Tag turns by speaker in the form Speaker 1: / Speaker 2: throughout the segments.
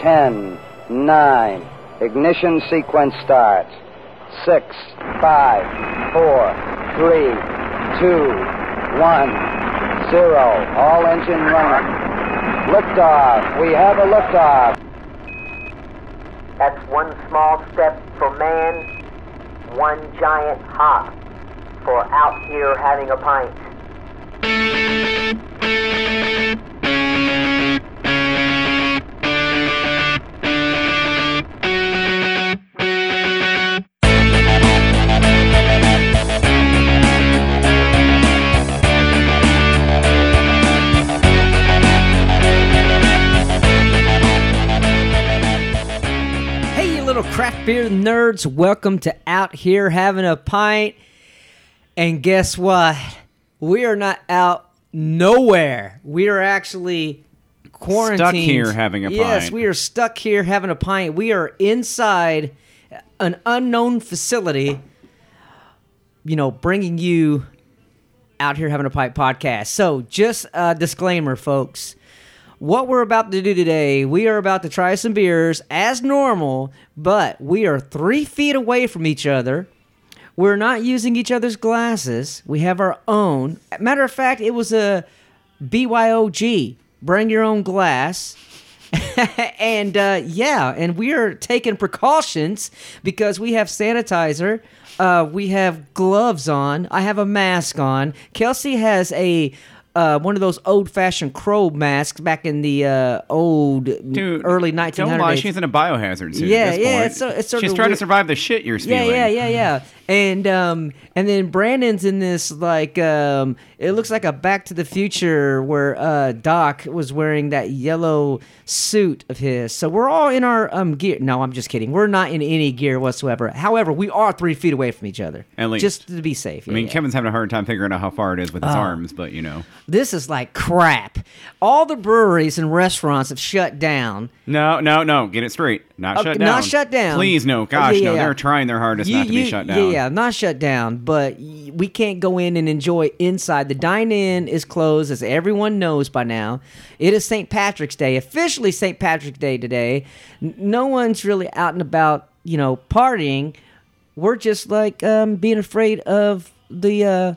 Speaker 1: Ten, nine. Ignition sequence starts. Six, five, four, three, two, one, zero. All engine running. Liftoff. We have a liftoff.
Speaker 2: That's one small step for man, one giant hop for out here having a pint.
Speaker 3: Hey, you little craft beer nerds, welcome to Out Here Having a Pint. And guess what? We are not out nowhere. We are actually quarantined.
Speaker 4: here having a
Speaker 3: Yes,
Speaker 4: pint.
Speaker 3: we are stuck here having a pint. We are inside an unknown facility, you know, bringing you Out Here Having a Pint podcast. So, just a disclaimer, folks what we're about to do today, we are about to try some beers as normal, but we are three feet away from each other. We're not using each other's glasses. We have our own. Matter of fact, it was a BYOG, bring your own glass. and uh, yeah, and we are taking precautions because we have sanitizer, uh, we have gloves on, I have a mask on. Kelsey has a uh, one of those old fashioned crow masks back in the uh, old
Speaker 4: Dude,
Speaker 3: early 1900s.
Speaker 4: Don't lie, she's in a biohazard suit. at
Speaker 3: Yeah,
Speaker 4: this
Speaker 3: yeah,
Speaker 4: point.
Speaker 3: it's so- it's sort
Speaker 4: she's
Speaker 3: of
Speaker 4: trying
Speaker 3: weird.
Speaker 4: to survive the shit you're
Speaker 3: yeah,
Speaker 4: spewing.
Speaker 3: yeah, yeah, yeah. And um, and then Brandon's in this like um, it looks like a Back to the Future where uh, Doc was wearing that yellow suit of his. So we're all in our um gear. No, I'm just kidding. We're not in any gear whatsoever. However, we are three feet away from each other.
Speaker 4: At least.
Speaker 3: just to be safe.
Speaker 4: I mean, Kevin's having a hard time figuring out how far it is with his
Speaker 3: Uh.
Speaker 4: arms, but you know.
Speaker 3: this is like crap. All the breweries and restaurants have shut down.
Speaker 4: No, no, no. Get it straight. Not
Speaker 3: Okay,
Speaker 4: shut down.
Speaker 3: Uh, not shut down.
Speaker 4: Please, no.
Speaker 3: Okay,
Speaker 4: Gosh,
Speaker 3: yeah,
Speaker 4: no.
Speaker 3: yeah.
Speaker 4: They're trying their hardest not to be shut down.
Speaker 3: Yeah, yeah, not shut down, but y- we can't go in and enjoy inside. The dine in is closed, as everyone knows by now. It is St. Patrick's Day, officially St. Patrick's Day today. N- No one's really out and about, you know, partying. We're just like um, being afraid of the uh,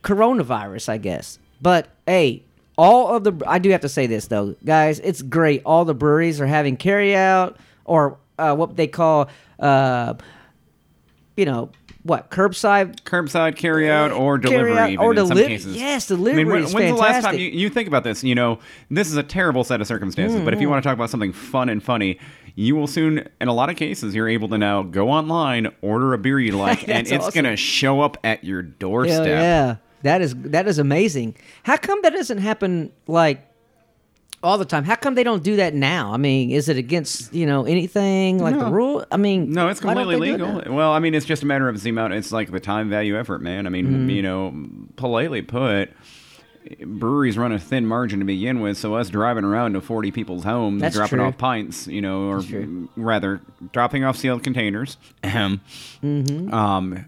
Speaker 3: coronavirus, I guess. But hey, all of the I do have to say this though, guys, it's great. All the breweries are having carry out or uh, what they call uh, you know what curbside
Speaker 4: Curbside carry out or
Speaker 3: Carry
Speaker 4: delivery,
Speaker 3: out
Speaker 4: even
Speaker 3: or
Speaker 4: in some
Speaker 3: deli-
Speaker 4: cases.
Speaker 3: yes,
Speaker 4: I
Speaker 3: delivery
Speaker 4: mean, when-
Speaker 3: is
Speaker 4: when's the last time
Speaker 3: fantastic.
Speaker 4: you, you think about this? You know, this is a terrible set of circumstances. But if
Speaker 3: Mm-hmm.
Speaker 4: you want to talk about something fun and funny, you will soon, in a lot of cases, you're able to now go online, order a beer you like, and
Speaker 3: That's
Speaker 4: it's
Speaker 3: awesome.
Speaker 4: gonna show up at your
Speaker 3: Hell
Speaker 4: doorstep.
Speaker 3: yeah. That is that is amazing. How come that doesn't happen like all the time? How come they don't do that now? I mean, is it against, you know, anything like the
Speaker 4: No.
Speaker 3: rule? I mean,
Speaker 4: No, it's
Speaker 3: why don't
Speaker 4: completely
Speaker 3: they do it now?
Speaker 4: legal. Well, I mean, it's just a matter of the amount. It's like the time, value, effort, man. I mean,
Speaker 3: Mm-hmm.
Speaker 4: you know, politely put, breweries run a thin margin to begin with. So us driving around to forty people's homes,
Speaker 3: That's
Speaker 4: dropping
Speaker 3: true.
Speaker 4: off pints, you know, or
Speaker 3: true.
Speaker 4: rather dropping off sealed containers. Ahem.
Speaker 3: Mm-hmm.
Speaker 4: Um,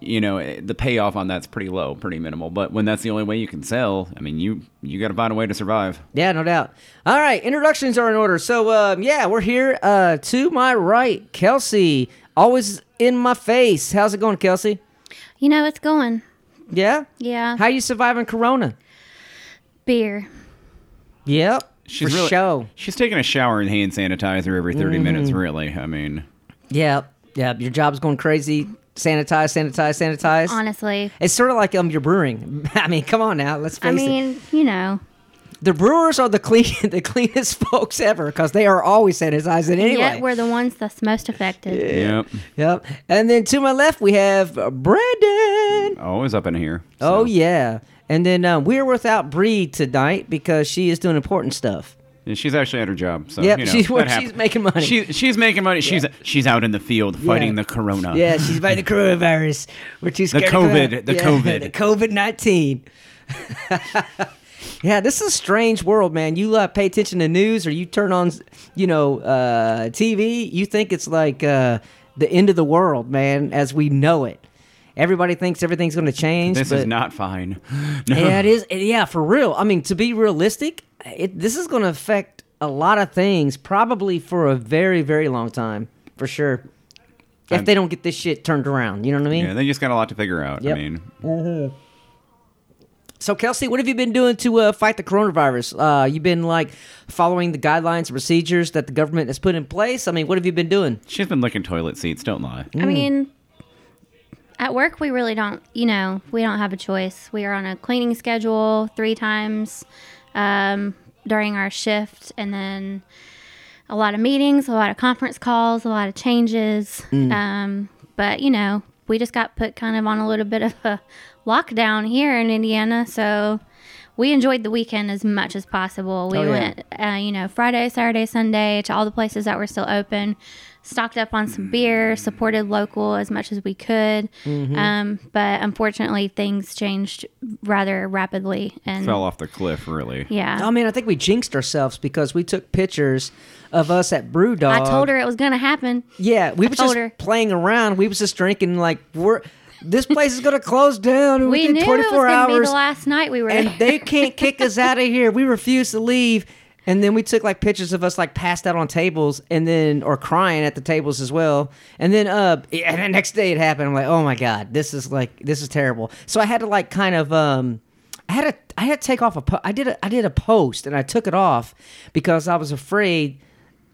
Speaker 4: you know, eh, the payoff on that's pretty low, pretty minimal. But when that's the only way you can sell, I mean, you you got to find a way to survive.
Speaker 3: Yeah, no doubt. All right, introductions are in order. So, um, yeah, we're here uh, to my right, Kelsey, always in my face. How's it going, Kelsey?
Speaker 5: You know, it's going.
Speaker 3: Yeah?
Speaker 5: Yeah.
Speaker 3: How you surviving Corona?
Speaker 5: Beer.
Speaker 3: Yep.
Speaker 4: She's
Speaker 3: for
Speaker 4: really
Speaker 3: show. Mm-hmm.
Speaker 4: she's taking a shower and hand sanitizer every 30 minutes. Really, I mean.
Speaker 3: Yep. Yep. Your job's going crazy. Sanitize, sanitize, sanitize.
Speaker 5: Honestly.
Speaker 3: It's sort of like um your brewing. I mean, come on now, let's face
Speaker 5: I mean, you know.
Speaker 3: it. The brewers are the clean, the cleanest folks ever because they are always sanitizing anyway.
Speaker 5: Yet we're the ones that's most
Speaker 3: Eh,
Speaker 5: affected.
Speaker 4: Yep.
Speaker 3: yep. And then to my left we have uh, Brandon.
Speaker 4: Always up in here.
Speaker 3: Oh yeah. And then um, we're without Bree tonight because she is doing important stuff.
Speaker 4: yeah. She's actually at her job. So,
Speaker 3: Yep,
Speaker 4: you know,
Speaker 3: she's-
Speaker 4: that
Speaker 3: she's
Speaker 4: happens.
Speaker 3: making money.
Speaker 4: She, she's making money. She's she's out in the field fighting the corona.
Speaker 3: Yeah, she's by the coronavirus. We're too scared. to go
Speaker 4: COVID,
Speaker 3: out.
Speaker 4: the
Speaker 3: Yeah,
Speaker 4: COVID.
Speaker 3: the COVID nineteen. yeah, this is a strange world, man. You uh, pay attention to news, or you turn on, you know, uh, TV. You think it's like uh, the end of the world, man, as we know it. Everybody thinks everything's going to change.
Speaker 4: This
Speaker 3: but
Speaker 4: is not fine. No.
Speaker 3: yeah, it is. Yeah, for real. I mean, to be realistic, it, this is going to affect a lot of things, probably for a very, very long time, for sure. If
Speaker 4: I'm-
Speaker 3: they don't get this shit turned around, you know what I mean?
Speaker 4: Yeah, they just got a lot to figure out.
Speaker 3: Yep.
Speaker 4: I mean,
Speaker 3: So, Kelsey, what have you been doing to uh, fight the coronavirus? Uh, you've been like following the guidelines and procedures that the government has put in place. I mean, what have you been doing?
Speaker 4: she's been licking toilet seats. Don't lie.
Speaker 3: Mm-hmm.
Speaker 5: I mean, at work, we really don't, you know, we don't have a choice. We are on a cleaning schedule three times um, during our shift, and then a lot of meetings, a lot of conference calls, a lot of changes.
Speaker 3: Mm.
Speaker 5: Um, but, you know, we just got put kind of on a little bit of a lockdown here in Indiana. So we enjoyed the weekend as much as possible. We
Speaker 3: Oh, yeah.
Speaker 5: went uh, you know, Friday, Saturday, Sunday to all the places that were still open. Stocked up on
Speaker 4: Mm.
Speaker 5: some beer, supported local as much as we could.
Speaker 4: Mm-hmm.
Speaker 5: Um, but unfortunately, things changed rather rapidly. And
Speaker 4: Fell off the cliff, really.
Speaker 5: yeah,
Speaker 3: Oh man, I think we jinxed ourselves because we took pictures of us at Brewdog.
Speaker 5: I told her it was going to happen.
Speaker 3: Yeah, we was
Speaker 5: told
Speaker 3: just
Speaker 5: her.
Speaker 3: playing around. We was just drinking. Like we're this place is gonna close down. and
Speaker 5: We
Speaker 3: within
Speaker 5: knew it
Speaker 3: 24
Speaker 5: was going to
Speaker 3: hours,
Speaker 5: be the last night we were
Speaker 3: and they can't kick us out of here. We refuse to leave. And then we took like pictures of us like passed out on tables, and then or crying at the tables as well. And then uh, and the next day it happened. I'm like, oh my god, this is like this is terrible. So I had to like kind of um, I had to I had to take off a po- I did a I did a post and I took it off because I was afraid.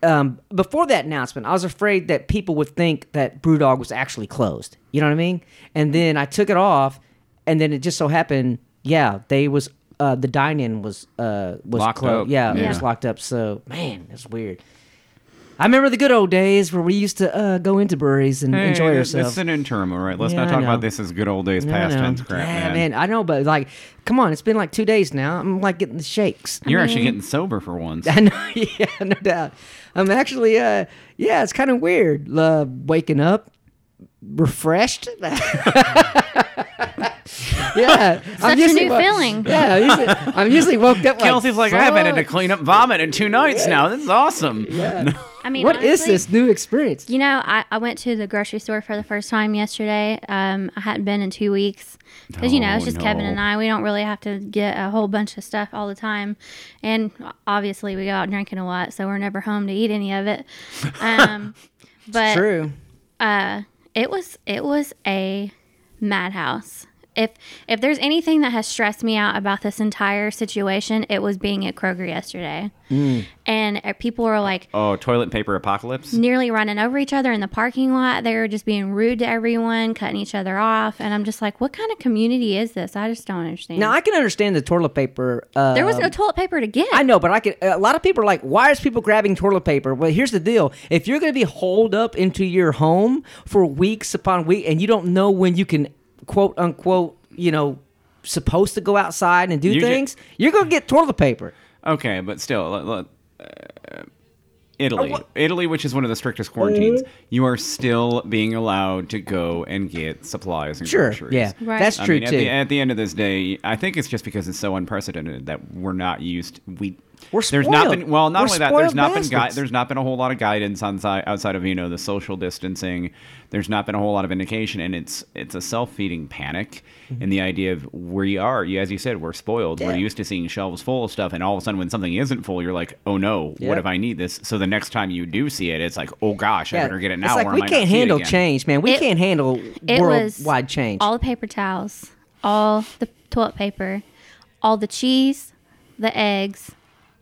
Speaker 3: Um, before that announcement, I was afraid that people would think that BrewDog was actually closed. You know what I mean?
Speaker 4: Mm-hmm.
Speaker 3: And then I took it off, and then it just so happened, yeah, they was uh, the dine-in was uh, was
Speaker 4: Locked
Speaker 3: closed.
Speaker 4: up.
Speaker 3: Yeah, it
Speaker 4: Yeah.
Speaker 3: was locked up. So man, that's weird. I remember the good old days where we used to uh, go into breweries and
Speaker 4: Hey,
Speaker 3: enjoy
Speaker 4: th-
Speaker 3: ourselves.
Speaker 4: This is an interim, all right? Let's
Speaker 3: Yeah,
Speaker 4: not
Speaker 3: I
Speaker 4: talk
Speaker 3: know.
Speaker 4: about this as good old days
Speaker 3: I
Speaker 4: past
Speaker 3: know.
Speaker 4: tense crap,
Speaker 3: yeah,
Speaker 4: man.
Speaker 3: I know, but like, come on, it's been like two days now. I'm like getting the shakes.
Speaker 4: You're actually getting sober for once.
Speaker 3: I know, yeah, no doubt. I'm actually, uh, yeah, it's kind of weird. Uh, waking up refreshed. yeah,
Speaker 5: Such a new feeling.
Speaker 3: Yeah, I'm usually, I'm usually woke up.
Speaker 4: Kelsey's like, I haven't had to
Speaker 3: "Fuck."
Speaker 4: clean up vomit in two nights now. This is awesome.
Speaker 5: I mean,
Speaker 3: What is
Speaker 5: honestly,
Speaker 3: this new experience?
Speaker 5: You know, I, I went to the grocery store for the first time yesterday. Um, I hadn't been in two weeks because you know it's
Speaker 4: Oh,
Speaker 5: just Kevin and
Speaker 4: no.
Speaker 5: I. We don't really have to get a whole bunch of stuff all the time, and obviously we go out drinking a lot, so we're never home to eat any of it. Um, but
Speaker 3: True.
Speaker 5: it was it was a madhouse. If if there's anything that has stressed me out about this entire situation, it was being at Kroger yesterday,
Speaker 4: Mm.
Speaker 5: and uh, people were like.
Speaker 4: Oh, toilet paper apocalypse?
Speaker 5: nearly running over each other in the parking lot. They were just being rude to everyone, cutting each other off. And I'm just like, what kind of community is this? I just don't understand.
Speaker 3: Now I can understand the toilet paper. Uh,
Speaker 5: there was no toilet paper to get.
Speaker 3: I know, but I could. A lot of people are like, "Why is people grabbing toilet paper?" Well, here's the deal: if you're going to be holed up into your home for weeks upon week, and you don't know when you can quote unquote, you know, supposed to go outside and do
Speaker 4: You ju-
Speaker 3: things, you're going to get toilet paper.
Speaker 4: Okay, but still, let- let- uh, Italy,
Speaker 3: Oh, what- Uh-huh.
Speaker 4: Italy, which is one of the strictest quarantines, you are still being allowed to go and get supplies and
Speaker 3: Sure,
Speaker 4: groceries.
Speaker 3: yeah,
Speaker 5: Right.
Speaker 3: that's
Speaker 4: I
Speaker 3: true
Speaker 4: mean, at
Speaker 3: too.
Speaker 4: the, at the end of this day, I think it's just because it's so unprecedented that we're not used. We
Speaker 3: We're
Speaker 4: there's not
Speaker 3: spoiled.
Speaker 4: been well, not
Speaker 3: We're
Speaker 4: only that, there's
Speaker 3: spoiled
Speaker 4: not been
Speaker 3: bastards.
Speaker 4: gui- there's not been a whole lot of guidance on si- outside of you know the social distancing. There's not been a whole lot of indication, and it's it's a self feeding panic.
Speaker 3: Mm-hmm.
Speaker 4: And the idea of we are, you as you said, we're spoiled. We're
Speaker 3: Yeah.
Speaker 4: used to seeing shelves full of stuff, and all of a sudden, when something isn't full, you're like, oh no,
Speaker 3: Yeah.
Speaker 4: what if I need this? So the next time you do see it, it's like, oh gosh, I better get it now.
Speaker 3: It's like
Speaker 4: or I
Speaker 3: we
Speaker 4: might not
Speaker 3: can't
Speaker 4: see it
Speaker 3: handle
Speaker 4: again.
Speaker 3: change, man. We
Speaker 5: It-
Speaker 3: can't handle
Speaker 5: it was
Speaker 3: worldwide change.
Speaker 5: All the paper towels, all the toilet paper, all the cheese, the eggs,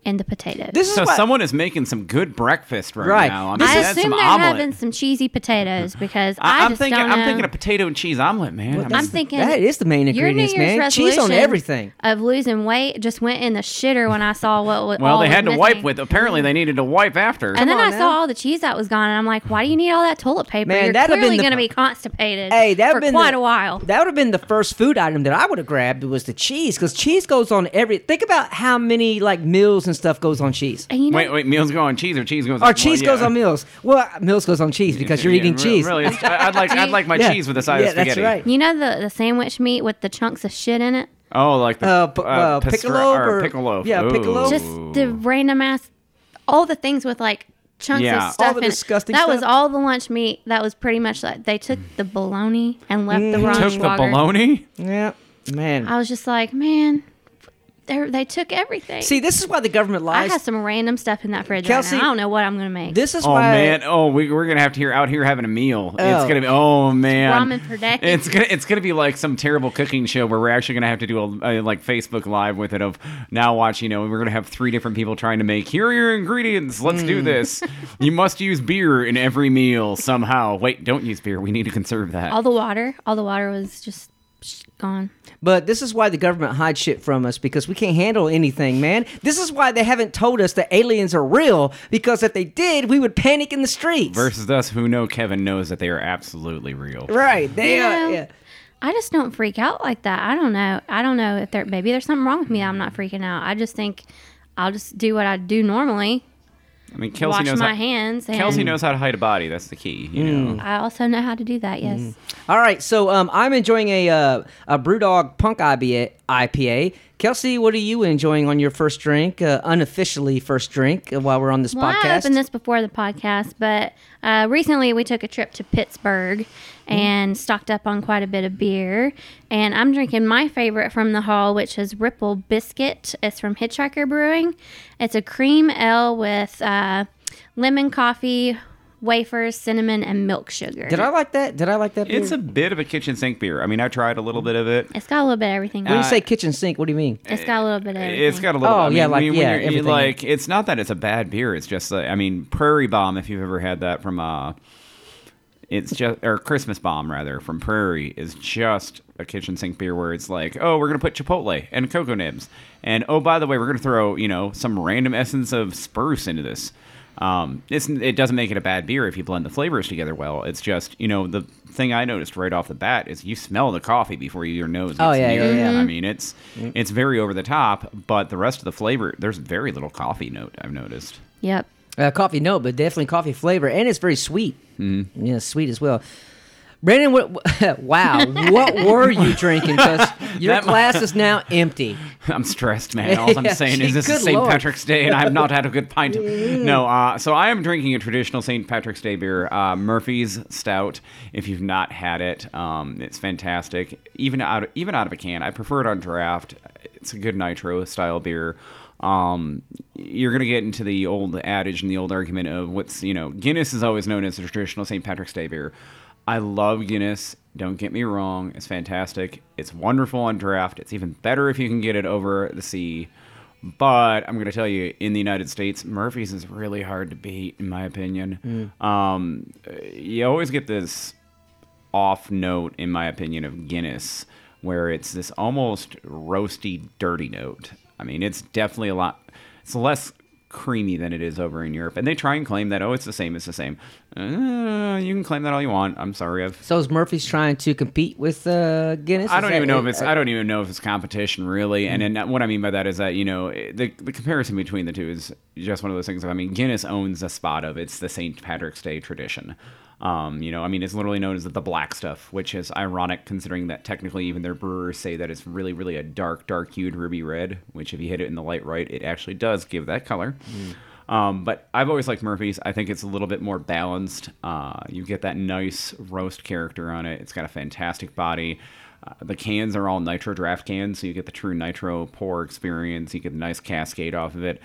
Speaker 5: and the potatoes.
Speaker 3: this is
Speaker 4: So
Speaker 3: why-
Speaker 4: someone is making some good breakfast right,
Speaker 3: Right.
Speaker 4: now.
Speaker 3: This
Speaker 5: I
Speaker 4: that's
Speaker 5: assume
Speaker 4: some
Speaker 5: they're
Speaker 4: omelet.
Speaker 5: having some cheesy potatoes because I,
Speaker 4: I, am
Speaker 5: just
Speaker 4: thinking.
Speaker 5: don't
Speaker 4: I'm
Speaker 5: know.
Speaker 4: thinking a potato and cheese omelet, man.
Speaker 3: Well,
Speaker 4: I
Speaker 5: I'm
Speaker 4: mean,
Speaker 5: thinking
Speaker 3: That is the main ingredients,
Speaker 5: your New Year's
Speaker 3: man. Cheese on
Speaker 5: resolution
Speaker 3: everything.
Speaker 5: of losing weight just went in the shitter when I saw what. what
Speaker 4: well,
Speaker 5: all
Speaker 4: they
Speaker 5: was
Speaker 4: had to
Speaker 5: missing.
Speaker 4: wipe with. Apparently, they needed to wipe after.
Speaker 5: And then
Speaker 3: Come
Speaker 5: I
Speaker 3: on
Speaker 5: saw
Speaker 3: now.
Speaker 5: all the cheese that was gone, and I'm like, why do you need all that toilet paper?
Speaker 3: Man,
Speaker 5: You're
Speaker 3: that'd have
Speaker 5: clearly
Speaker 3: been the-
Speaker 5: going to be constipated
Speaker 3: Hey, that
Speaker 5: for
Speaker 3: been
Speaker 5: quite
Speaker 3: the-
Speaker 5: a while.
Speaker 3: That would have been the first food item that I would have grabbed was the cheese because cheese goes on every. Think about how many like meals and stuff goes on cheese.
Speaker 5: And you know,
Speaker 4: wait, wait. Meals go on cheese, or cheese goes.
Speaker 3: Or
Speaker 4: on,
Speaker 3: cheese
Speaker 4: well,
Speaker 3: goes
Speaker 4: yeah.
Speaker 3: on meals. Well, meals goes on cheese because you're
Speaker 4: Yeah,
Speaker 3: eating
Speaker 4: re-
Speaker 3: cheese.
Speaker 4: Really, it's- I- I'd like. I'd like my
Speaker 3: Yeah.
Speaker 4: cheese with a side
Speaker 3: Yeah,
Speaker 4: of spaghetti.
Speaker 3: That's right.
Speaker 5: you know the, the sandwich meat with the chunks of shit in it?
Speaker 4: Oh, like the
Speaker 3: Uh, p- uh,
Speaker 4: pastor-
Speaker 3: piccolo or-
Speaker 4: or piccolo.
Speaker 3: yeah,
Speaker 4: Ooh.
Speaker 3: piccolo.
Speaker 5: Just the random ass, all the things with like chunks
Speaker 4: Yeah. All
Speaker 5: of stuff
Speaker 3: the
Speaker 5: in it.
Speaker 3: disgusting
Speaker 5: That was
Speaker 3: stuff.
Speaker 5: all the lunch meat. That was pretty much like they took the bologna
Speaker 3: Mm-hmm.
Speaker 5: and left the wrong
Speaker 4: took the
Speaker 5: water.
Speaker 4: bologna.
Speaker 3: Yeah, man.
Speaker 5: I was just like, man, they're- they took everything.
Speaker 3: See, this is why the government
Speaker 5: I
Speaker 3: lies.
Speaker 5: have some random stuff in that fridge
Speaker 3: Kelsey-
Speaker 5: right now. I don't know what I'm gonna make.
Speaker 3: This is
Speaker 4: Oh
Speaker 3: why.
Speaker 4: man! Oh, we, we're gonna have to hear out here having a meal. It's
Speaker 3: Oh.
Speaker 4: gonna be oh man,
Speaker 5: Ramen per day.
Speaker 4: It's gonna it's gonna be like some terrible cooking show where we're actually gonna have to do a, a like Facebook Live with it. Of now watch, you know, we're gonna have three different people trying to make here are your ingredients. Let's do this. you must use beer in every meal somehow. Wait, don't use beer. We need to conserve that.
Speaker 5: all the water, all the water was just sh- gone.
Speaker 3: But this is why the government hides shit from us because we can't handle anything, man. This is why they haven't told us that aliens are real because if they did, we would panic in the streets.
Speaker 4: Versus us, who know Kevin knows that they are absolutely real.
Speaker 3: Right. They
Speaker 5: Yeah.
Speaker 3: are. Yeah.
Speaker 5: I just don't freak out like that. I don't know. I don't know if there maybe there's something wrong with me. that I'm not freaking out. I just think I'll just do what I do normally.
Speaker 4: I mean, Kelsey
Speaker 5: wash
Speaker 4: knows
Speaker 5: my
Speaker 4: how,
Speaker 5: hands. And
Speaker 4: Kelsey knows how to hide a body. That's the key. You know.
Speaker 5: I also know how to do that. Yes.
Speaker 4: Mm-hmm.
Speaker 3: All right. So um, I'm enjoying a uh, a BrewDog Punk IBA, IPA. Kelsey, what are you enjoying on your first drink, uh, unofficially first drink, uh, while we're on this
Speaker 5: Well, I
Speaker 3: podcast?
Speaker 5: opened this before the podcast, but uh, recently we took a trip to Pittsburgh
Speaker 3: Mm-hmm.
Speaker 5: and stocked up on quite a bit of beer. And I'm drinking my favorite from the hall, which is Ripple Biscuit. It's from Hitchhiker Brewing. It's a cream ale with uh, lemon coffee, wafers, cinnamon, and milk sugar.
Speaker 3: Did I like that? Did I like that? Beer?
Speaker 4: It's a bit of a kitchen sink beer. I mean, I tried a little bit of it.
Speaker 5: It's got a little bit of everything.
Speaker 3: when you say kitchen sink, what do you mean?
Speaker 5: it's got a little bit of everything.
Speaker 4: It's got a little.
Speaker 3: Oh,
Speaker 4: I mean,
Speaker 3: yeah, like-
Speaker 4: when you-
Speaker 3: yeah,
Speaker 4: when you're- you
Speaker 3: everything.
Speaker 4: like it's not that it's a bad beer. It's just like, I mean, Prairie Bomb. If you've ever had that from uh, it's just or Christmas Bomb rather from Prairie is just a kitchen sink beer where it's like, oh, we're gonna put Chipotle and cocoa nibs, and oh by the way, we're gonna throw you know some random essence of spruce into this. Um, it's, it doesn't make it a bad beer if you blend the flavors together well. It's just you know the thing I noticed right off the bat is you smell the coffee before your nose. Gets
Speaker 3: Oh, yeah,
Speaker 4: near
Speaker 3: yeah,
Speaker 4: it.
Speaker 3: yeah.
Speaker 4: I mean, it's it's very over the top, but the rest of the flavor, there's very little coffee note. I've noticed.
Speaker 5: Yep.
Speaker 3: Uh, coffee, no, but definitely coffee flavor, and it's very sweet. Mm-hmm. Yeah, sweet as well. Brandon, what? wow, what were you drinking? Because your
Speaker 4: That mu-
Speaker 3: glass is now empty.
Speaker 4: I'm stressed, man. All I'm
Speaker 3: Yeah,
Speaker 4: saying
Speaker 3: gee,
Speaker 4: is this
Speaker 3: good
Speaker 4: is St.
Speaker 3: lord.
Speaker 4: Patrick's Day, and I've not had a good pint. No, uh, so I am drinking a traditional St. Patrick's Day beer, uh, Murphy's Stout. If you've not had it, um, it's fantastic. Even out, even out of a can, I prefer it on draft. It's a good nitro style beer. Um, you're gonna get into the old adage and the old argument of what's you know Guinness is always known as the traditional St. Patrick's Day beer. I love Guinness. Don't get me wrong. It's fantastic. It's wonderful on draft. It's even better if you can get it over the sea. But I'm going to tell you, in the United States, Murphy's is really hard to beat, in my opinion. Um, you always get this off note, in my opinion, of Guinness, where it's this almost roasty, dirty note. I mean, it's definitely a lot. It's less creamy than it is over in Europe, and they try and claim that oh, it's the same. It's the same. Uh, you can claim that all you want. I'm sorry, I've.
Speaker 3: So is Murphy's trying to compete with uh, Guinness?
Speaker 4: I
Speaker 3: Is
Speaker 4: don't
Speaker 3: that
Speaker 4: even know
Speaker 3: it?
Speaker 4: if it's. I don't even know if it's competition really. And then what I mean by that is that you know it- the the comparison between the two is just one of those things. Of, I mean, Guinness owns a spot of it's the St. Patrick's Day tradition. Um, you know, I mean, it's literally known as the black stuff, which is ironic considering that technically even their brewers say that it's really, really a dark, dark hued ruby red. Which, if you hit it in the light right, it actually does give that color.
Speaker 3: Hmm.
Speaker 4: Um, but I've always liked Murphy's. I think it's a little bit more balanced. Uh, you get that nice roast character on it. It's got a fantastic body. Uh, the cans are all nitro draft cans, so you get the true nitro pour experience. You get a nice cascade off of it.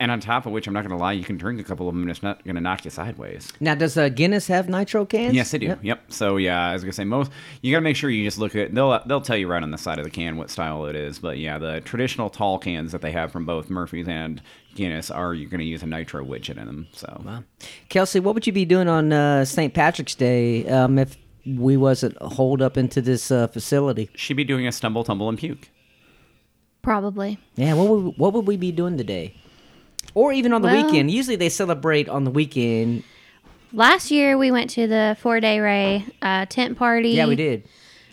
Speaker 4: And on top of which, I'm not going to lie, you can drink a couple of them and it's not going to knock you sideways.
Speaker 3: Now, does uh, Guinness have nitro cans?
Speaker 4: Yes, they do. Yep. So yeah, I was gonna say most. You gotta make sure you just look at. They'll they'll tell you right on the side of the can what style it is. But yeah, the traditional tall cans that they have from both Murphy's and Guinness are you're gonna use a nitro widget in them. So
Speaker 3: Kelsey, what would you be doing on uh, St. Patrick's Day um, if we wasn't holed up into this uh, facility?
Speaker 4: she'd be doing a stumble, tumble, and puke.
Speaker 5: Probably.
Speaker 3: Yeah, what would what would we be doing today? Or even on the
Speaker 5: Well-
Speaker 3: weekend. Usually they celebrate on the weekend.
Speaker 5: Last year we went to the four day Ray uh, tent party.
Speaker 3: Yeah, we did.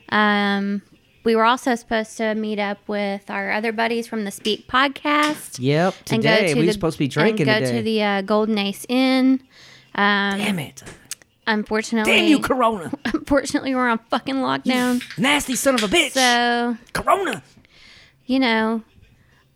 Speaker 5: Um, we were also supposed to meet up with our other buddies from the Speak podcast.
Speaker 3: Yep.
Speaker 5: and go
Speaker 3: Today
Speaker 5: to
Speaker 3: we
Speaker 5: the-
Speaker 3: were supposed to be drinking
Speaker 5: and go
Speaker 3: today.
Speaker 5: to the uh, Golden Ace Inn. Um,
Speaker 3: Damn it!
Speaker 5: Unfortunately,
Speaker 3: Damn you, Corona!
Speaker 5: unfortunately, we're on fucking lockdown.
Speaker 3: Nasty son of a bitch!
Speaker 5: So
Speaker 3: Corona!
Speaker 5: you know,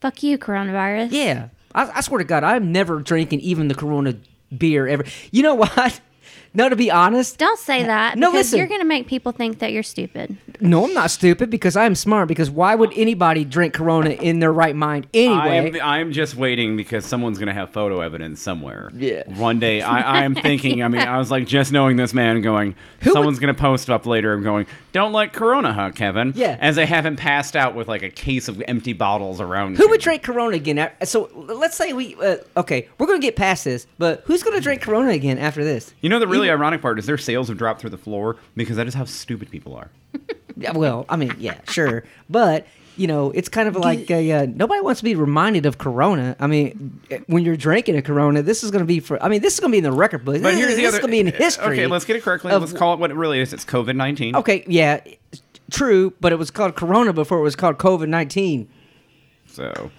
Speaker 5: fuck you, coronavirus.
Speaker 3: Yeah, I, I swear to God, I'm never drinking even the Corona beer ever. You know what? No, to be honest,
Speaker 5: Don't say that.
Speaker 3: No,
Speaker 5: because
Speaker 3: listen.
Speaker 5: You're going to make people think that you're stupid.
Speaker 3: no, I'm not stupid because I'm smart. Because why would anybody drink Corona in their right mind
Speaker 4: I
Speaker 3: anyway?
Speaker 4: am, I'm just waiting because someone's going to have photo evidence somewhere.
Speaker 3: Yeah.
Speaker 4: One day, I, I'm thinking, I mean, I was like, just knowing this man going, someone's going to post up later and going, don't like Corona, huh, Kevin?
Speaker 3: Yeah.
Speaker 4: As I haven't passed out with like a case of empty bottles around
Speaker 3: Who
Speaker 4: you.
Speaker 3: would drink Corona again? a- So let's say we uh, okay, we're gonna get past this, but who's gonna drink Corona again after this?
Speaker 4: You know, the really ironic part is their sales have dropped through the floor because that is how stupid people are.
Speaker 3: Yeah, Well, I mean, yeah, sure, but you know, it's kind of like a, uh, nobody wants to be reminded of Corona. I mean, eh, when you're drinking a Corona, this is gonna be for. I mean, this is gonna be in the record book.
Speaker 4: But
Speaker 3: this,
Speaker 4: here's the
Speaker 3: this
Speaker 4: other eh,
Speaker 3: is gonna be in history.
Speaker 4: Okay, let's get it correctly.
Speaker 3: of-
Speaker 4: let's call it what it really is. It's COVID 19.
Speaker 3: Okay, yeah, true, but it was called Corona before it was called COVID nineteen.
Speaker 4: So.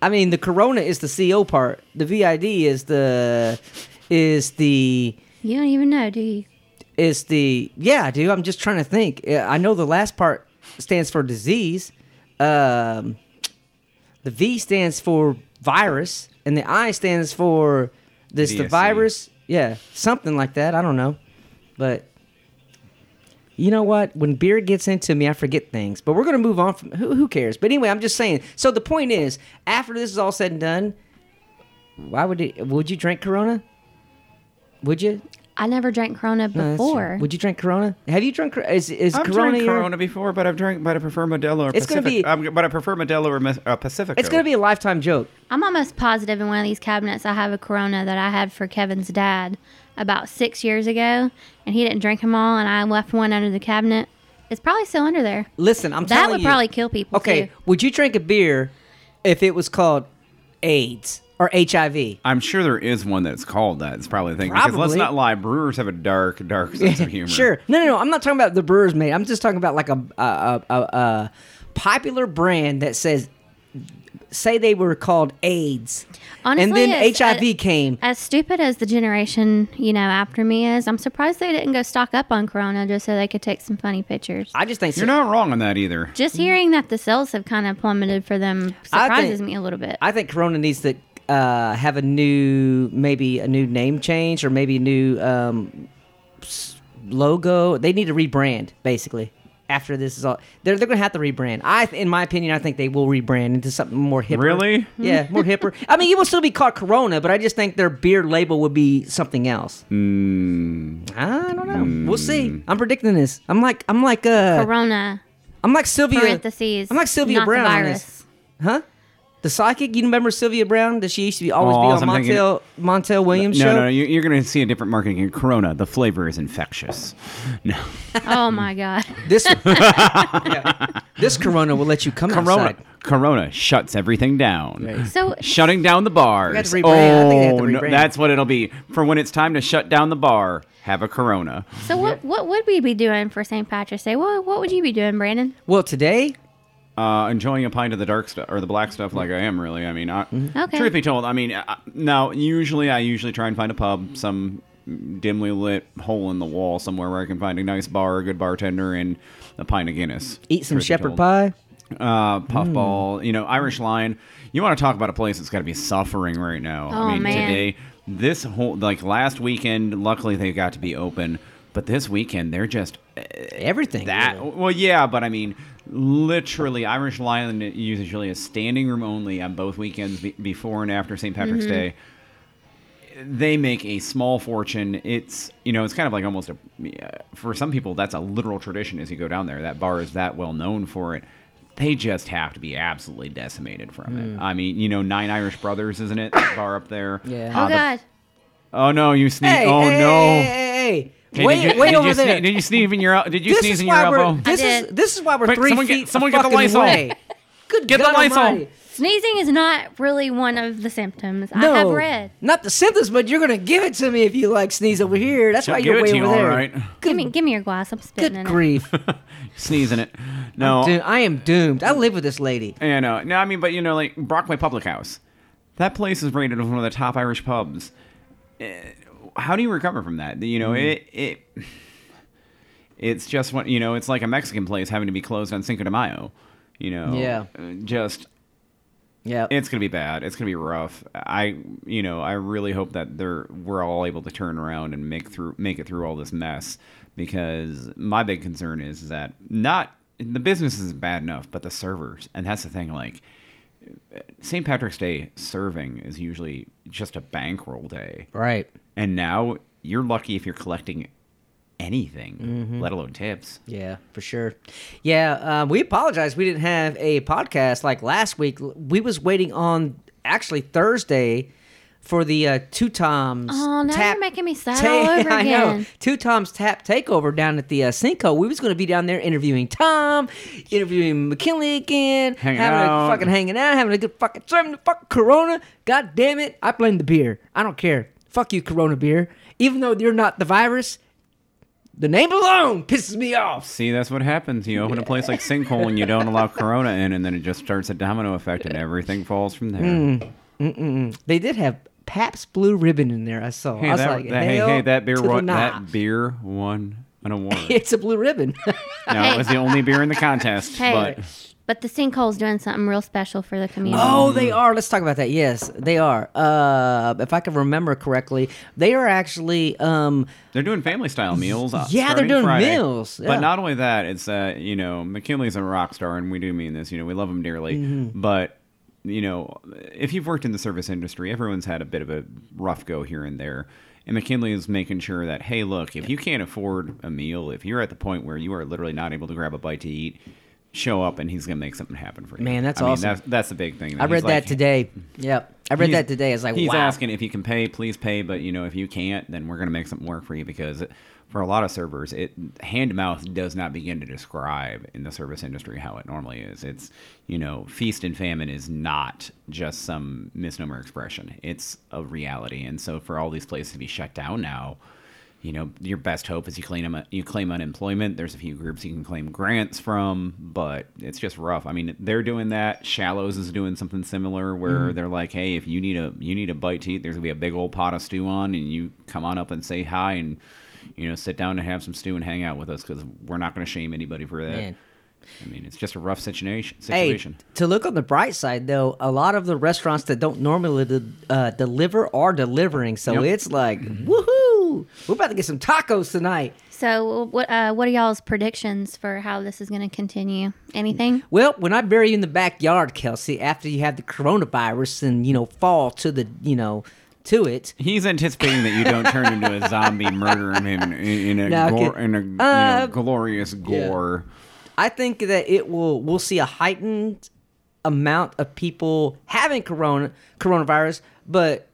Speaker 3: I mean, the Corona is the CO part. The VID is the is the
Speaker 5: You don't even know, do you?
Speaker 3: is the yeah, dude. I'm just trying to think. Uh, I know the last part stands for disease. Um, the V stands for virus, and the I stands for this the
Speaker 4: VSE.
Speaker 3: virus. Yeah, something like that. I don't know, but you know what? When beer gets into me, I forget things. But we're gonna move on from who, who cares. But anyway, I'm just saying. So the point is, after this is all said and done, why would it? Would you drink Corona? Would you?
Speaker 5: I never drank Corona
Speaker 3: No, that's true.
Speaker 5: before.
Speaker 3: Would you drink Corona? Have you drunk? Cor- Is is
Speaker 4: I've
Speaker 3: Corona?
Speaker 4: drank
Speaker 3: your-
Speaker 4: Corona before, but I've drank, but I prefer Modelo or
Speaker 3: It's gonna be-
Speaker 4: Pacific. um, but I prefer Modelo or Mes- uh, Pacifico.
Speaker 3: It's gonna be a lifetime joke.
Speaker 5: I'm almost positive in one of these cabinets I have a Corona that I had for Kevin's dad about six years ago, and he didn't drink them all, and I left one under the cabinet. It's probably still under there.
Speaker 3: Listen, I'm
Speaker 5: That
Speaker 3: telling
Speaker 5: would
Speaker 3: you-
Speaker 5: probably kill people.
Speaker 3: Okay,
Speaker 5: too.
Speaker 3: would you drink a beer if it was called AIDS or HIV?
Speaker 4: I'm sure there is one that's called that. It's probably the thing. Because let's
Speaker 3: Probably.
Speaker 4: not lie, brewers have a dark, dark sense of humor.
Speaker 3: Sure. No, no, no. I'm not talking about the brewer's mate. I'm just talking about like a a, a, a, a popular brand that says. Say they were called AIDS, and
Speaker 5: Honestly,
Speaker 3: then
Speaker 5: it's- uh,
Speaker 3: HIV
Speaker 5: I-
Speaker 3: came.
Speaker 5: As stupid as the generation you know after me is, I'm surprised they didn't go stock up on Corona just so they could take some funny pictures.
Speaker 3: I just think
Speaker 4: You're not wrong on that either.
Speaker 5: just hearing that the sales have kind of plummeted for them surprises
Speaker 3: think-
Speaker 5: me a little bit.
Speaker 3: I think Corona needs to uh, have a new, maybe a new name change or maybe a new um, s- logo. They need to rebrand basically. After this is all, they're they're gonna have to rebrand. I, in my opinion, I think they will rebrand into something more hipper.
Speaker 4: Really?
Speaker 3: Yeah, more hipper. I mean, it will still be called Corona, but I just think their beer label would be something else. I don't know. We'll see. I'm predicting this. I'm like I'm like uh
Speaker 5: Corona
Speaker 3: I'm like Sylvia.
Speaker 5: parentheses.
Speaker 3: I'm like Sylvia
Speaker 5: not
Speaker 3: Brown
Speaker 5: The
Speaker 3: on
Speaker 5: virus.
Speaker 3: this. Huh? The psychic? You remember Sylvia Brown? That she used to be always
Speaker 4: Oh,
Speaker 3: be
Speaker 4: I'm
Speaker 3: on
Speaker 4: thinking-
Speaker 3: Montel Montel Williams
Speaker 4: No,
Speaker 3: show.
Speaker 4: no, no, you- you're going to see a different marketing. Corona, the flavor is infectious. No,
Speaker 5: Oh my god.
Speaker 3: This Yeah. this Corona will let you come
Speaker 4: Corona,
Speaker 3: outside.
Speaker 4: Corona shuts everything down.
Speaker 5: So
Speaker 4: Shutting down the bars.
Speaker 3: have to rebrand. I think they have to
Speaker 4: Oh, no,
Speaker 3: rebrand.
Speaker 4: that's what it'll be. For when it's time to shut down the bar, have a Corona.
Speaker 5: So what what would we be doing for St. Patrick's Day? What what would you be doing, Brandon?
Speaker 3: Well, today
Speaker 4: uh, enjoying a pint of the dark stuff or the black stuff like I am really. I mean, I,
Speaker 5: Okay.
Speaker 4: truth be told, I mean, I, now usually I usually try and find a pub, some dimly lit hole in the wall somewhere where I can find a nice bar, a good bartender, and a pint of Guinness.
Speaker 3: eat some
Speaker 4: truth be
Speaker 3: shepherd
Speaker 4: told.
Speaker 3: pie.
Speaker 4: uh, puffball,
Speaker 5: Hmm.
Speaker 4: you know, Irish line. You want to talk about a place that's got to be suffering right now?
Speaker 5: Oh,
Speaker 4: I mean,
Speaker 5: man.
Speaker 4: today, this whole like last weekend, luckily they got to be open, but this weekend they're just
Speaker 3: Everything.
Speaker 4: that
Speaker 3: really.
Speaker 4: well, yeah, but I mean, literally, Irish Lion usually is standing room only on both weekends be- before and after St. Patrick's Day. They make a small fortune. It's you know, it's kind of like almost a yeah, for some people that's a literal tradition as you go down there. That bar is that well known for it. They just have to be absolutely decimated from it. I mean, you know, Nine Irish Brothers, isn't it? That bar up there.
Speaker 3: Yeah.
Speaker 5: Oh
Speaker 4: Uh, the-
Speaker 5: god.
Speaker 4: oh no, you sneeze.
Speaker 3: Hey,
Speaker 4: oh
Speaker 3: hey,
Speaker 4: no.
Speaker 3: Hey, hey, hey, hey.
Speaker 4: Hey,
Speaker 3: Wait,
Speaker 4: did you,
Speaker 3: wait
Speaker 4: did
Speaker 3: over
Speaker 4: you sne-
Speaker 3: there.
Speaker 4: did you sneeze in your? el- Did you
Speaker 3: this
Speaker 4: sneeze
Speaker 3: is
Speaker 4: in your
Speaker 3: why
Speaker 4: elbow?
Speaker 3: we're this
Speaker 5: I
Speaker 3: is
Speaker 5: did.
Speaker 3: this is why we're
Speaker 4: Quick,
Speaker 3: three
Speaker 4: someone get-
Speaker 3: feet
Speaker 4: someone
Speaker 3: the
Speaker 4: get the
Speaker 3: fucking
Speaker 4: Lysol.
Speaker 3: away. Good
Speaker 4: Get the
Speaker 3: God
Speaker 4: Lysol.
Speaker 3: almighty.
Speaker 5: Sneezing is not really one of the symptoms.
Speaker 3: No,
Speaker 5: I have read.
Speaker 3: not the symptoms, but you're gonna give it to me if you like sneeze over here. That's why
Speaker 4: She'll
Speaker 3: you're
Speaker 4: give it
Speaker 3: way
Speaker 4: to you,
Speaker 3: over there.
Speaker 4: all right.
Speaker 5: Give me give me your glass. I'm spitting
Speaker 3: Good
Speaker 5: in
Speaker 3: grief.
Speaker 4: sneezing it. No,
Speaker 3: Dude, I am doomed. I live with this lady.
Speaker 4: yeah, no, no. I mean, but you know, like Brockway Public House, that place is rated as one of the top Irish pubs. Eh, How do you recover from that? You
Speaker 3: Hmm.
Speaker 4: know, it it it's just what you know. It's like a Mexican place having to be closed on Cinco de Mayo. You know,
Speaker 3: Yeah.
Speaker 4: Uh, just
Speaker 3: Yeah.
Speaker 4: It's gonna be bad. It's gonna be rough. I, you know, I really hope that they're we're all able to turn around and make through make it through all this mess because my big concern is that not the business is bad enough, but the servers, and that's the thing. Like St. Patrick's Day serving is usually just a bankroll day,
Speaker 3: Right.
Speaker 4: and now you're lucky if you're collecting anything, let alone tips.
Speaker 3: Yeah, for sure. Yeah, um, we apologize. We didn't have a podcast like last week. We was waiting on actually Thursday for the uh, two toms.
Speaker 5: Oh, now you're making me sad all over
Speaker 3: I know
Speaker 5: again.
Speaker 3: two toms tap takeover down at the uh, Cinco. We was going to be down there interviewing Tom, interviewing McKinley again,
Speaker 4: Hanging
Speaker 3: having
Speaker 4: out.
Speaker 3: a fucking hanging out, having a good fucking time. Fuck Corona. God damn it! I blame the beer. I don't care. Fuck you, Corona beer. Even though you're not the virus, the name alone pisses me off.
Speaker 4: See, that's what happens. You open a place like Sinkhole and you don't allow Corona in, and then it just starts a domino effect, and everything falls from there.
Speaker 3: Hmm. They did have Pabst Blue Ribbon in there. I saw.
Speaker 4: Hey,
Speaker 3: I was
Speaker 4: that,
Speaker 3: like,
Speaker 4: that- hey,
Speaker 3: "Hell
Speaker 4: hey, that beer
Speaker 3: to the
Speaker 4: won.
Speaker 3: nah."
Speaker 4: That beer won an award.
Speaker 3: It's a blue ribbon.
Speaker 4: no, it was the only beer in the contest.
Speaker 5: Hey,
Speaker 4: But
Speaker 5: but the sinkhole's doing something real special for the community.
Speaker 3: oh, they
Speaker 4: Mm.
Speaker 3: are. Let's talk about that. Yes, they are. Uh, if I can remember correctly, they are actually. Um,
Speaker 4: they're doing family style meals. uh,
Speaker 3: Yeah, they're
Speaker 4: starting
Speaker 3: doing
Speaker 4: Friday.
Speaker 3: meals, yeah.
Speaker 4: But not only that, it's that you know McKinley's a rock star, and we do mean this. You know, we love him dearly,
Speaker 3: Mm-hmm.
Speaker 4: but. You know, if you've worked in the service industry, everyone's had a bit of a rough go here and there. And McKinley is making sure that, hey, look, if you can't afford a meal, if you're at the point where you are literally not able to grab a bite to eat, show up and he's going to make something happen for you.
Speaker 3: Man, that's
Speaker 4: I mean,
Speaker 3: awesome.
Speaker 4: that's, that's the big thing.
Speaker 3: I
Speaker 4: He's
Speaker 3: read
Speaker 4: like,
Speaker 3: that today. Yep, I read
Speaker 4: He's-
Speaker 3: that today. It's like,
Speaker 4: he's
Speaker 3: wow.
Speaker 4: asking if you can pay, please pay. But you know, if you can't, then we're gonna make something work for you because for a lot of servers, it hand to mouth does not begin to describe in the service industry how it normally is. It's you know, feast and famine is not just some misnomer expression. It's a reality. And so for all these places to be shut down now. You know, your best hope is you claim uh, you claim unemployment. There's a few groups you can claim grants from, but it's just rough. I mean, they're doing that. Shallows is doing something similar where
Speaker 3: Mm-hmm.
Speaker 4: they're like, "Hey, if you need a you need a bite to eat, there's gonna be a big old pot of stew on, and you come on up and say hi, and you know, sit down and have some stew and hang out with us because we're not gonna shame anybody for that."
Speaker 3: Man.
Speaker 4: I mean, it's just a rough situation.
Speaker 3: Hey,
Speaker 4: Situation.
Speaker 3: to look on the bright side, though, a lot of the restaurants that don't normally de- uh, deliver are delivering. So
Speaker 4: Yep. Mm-hmm.
Speaker 3: it's like, woohoo! We're about to get some tacos tonight.
Speaker 5: So what uh, what are y'all's predictions for how this is going to continue? Anything?
Speaker 3: Well, when I bury you in the backyard, Kelsey, after you have the coronavirus and you know fall to the you know to it,
Speaker 4: He's anticipating that you don't turn into a zombie murdering him in, in a,
Speaker 3: No,
Speaker 4: gore,
Speaker 3: okay.
Speaker 4: in a you know,
Speaker 3: Uh,
Speaker 4: glorious gore.
Speaker 3: I think that it will we'll see a heightened amount of people having corona coronavirus, but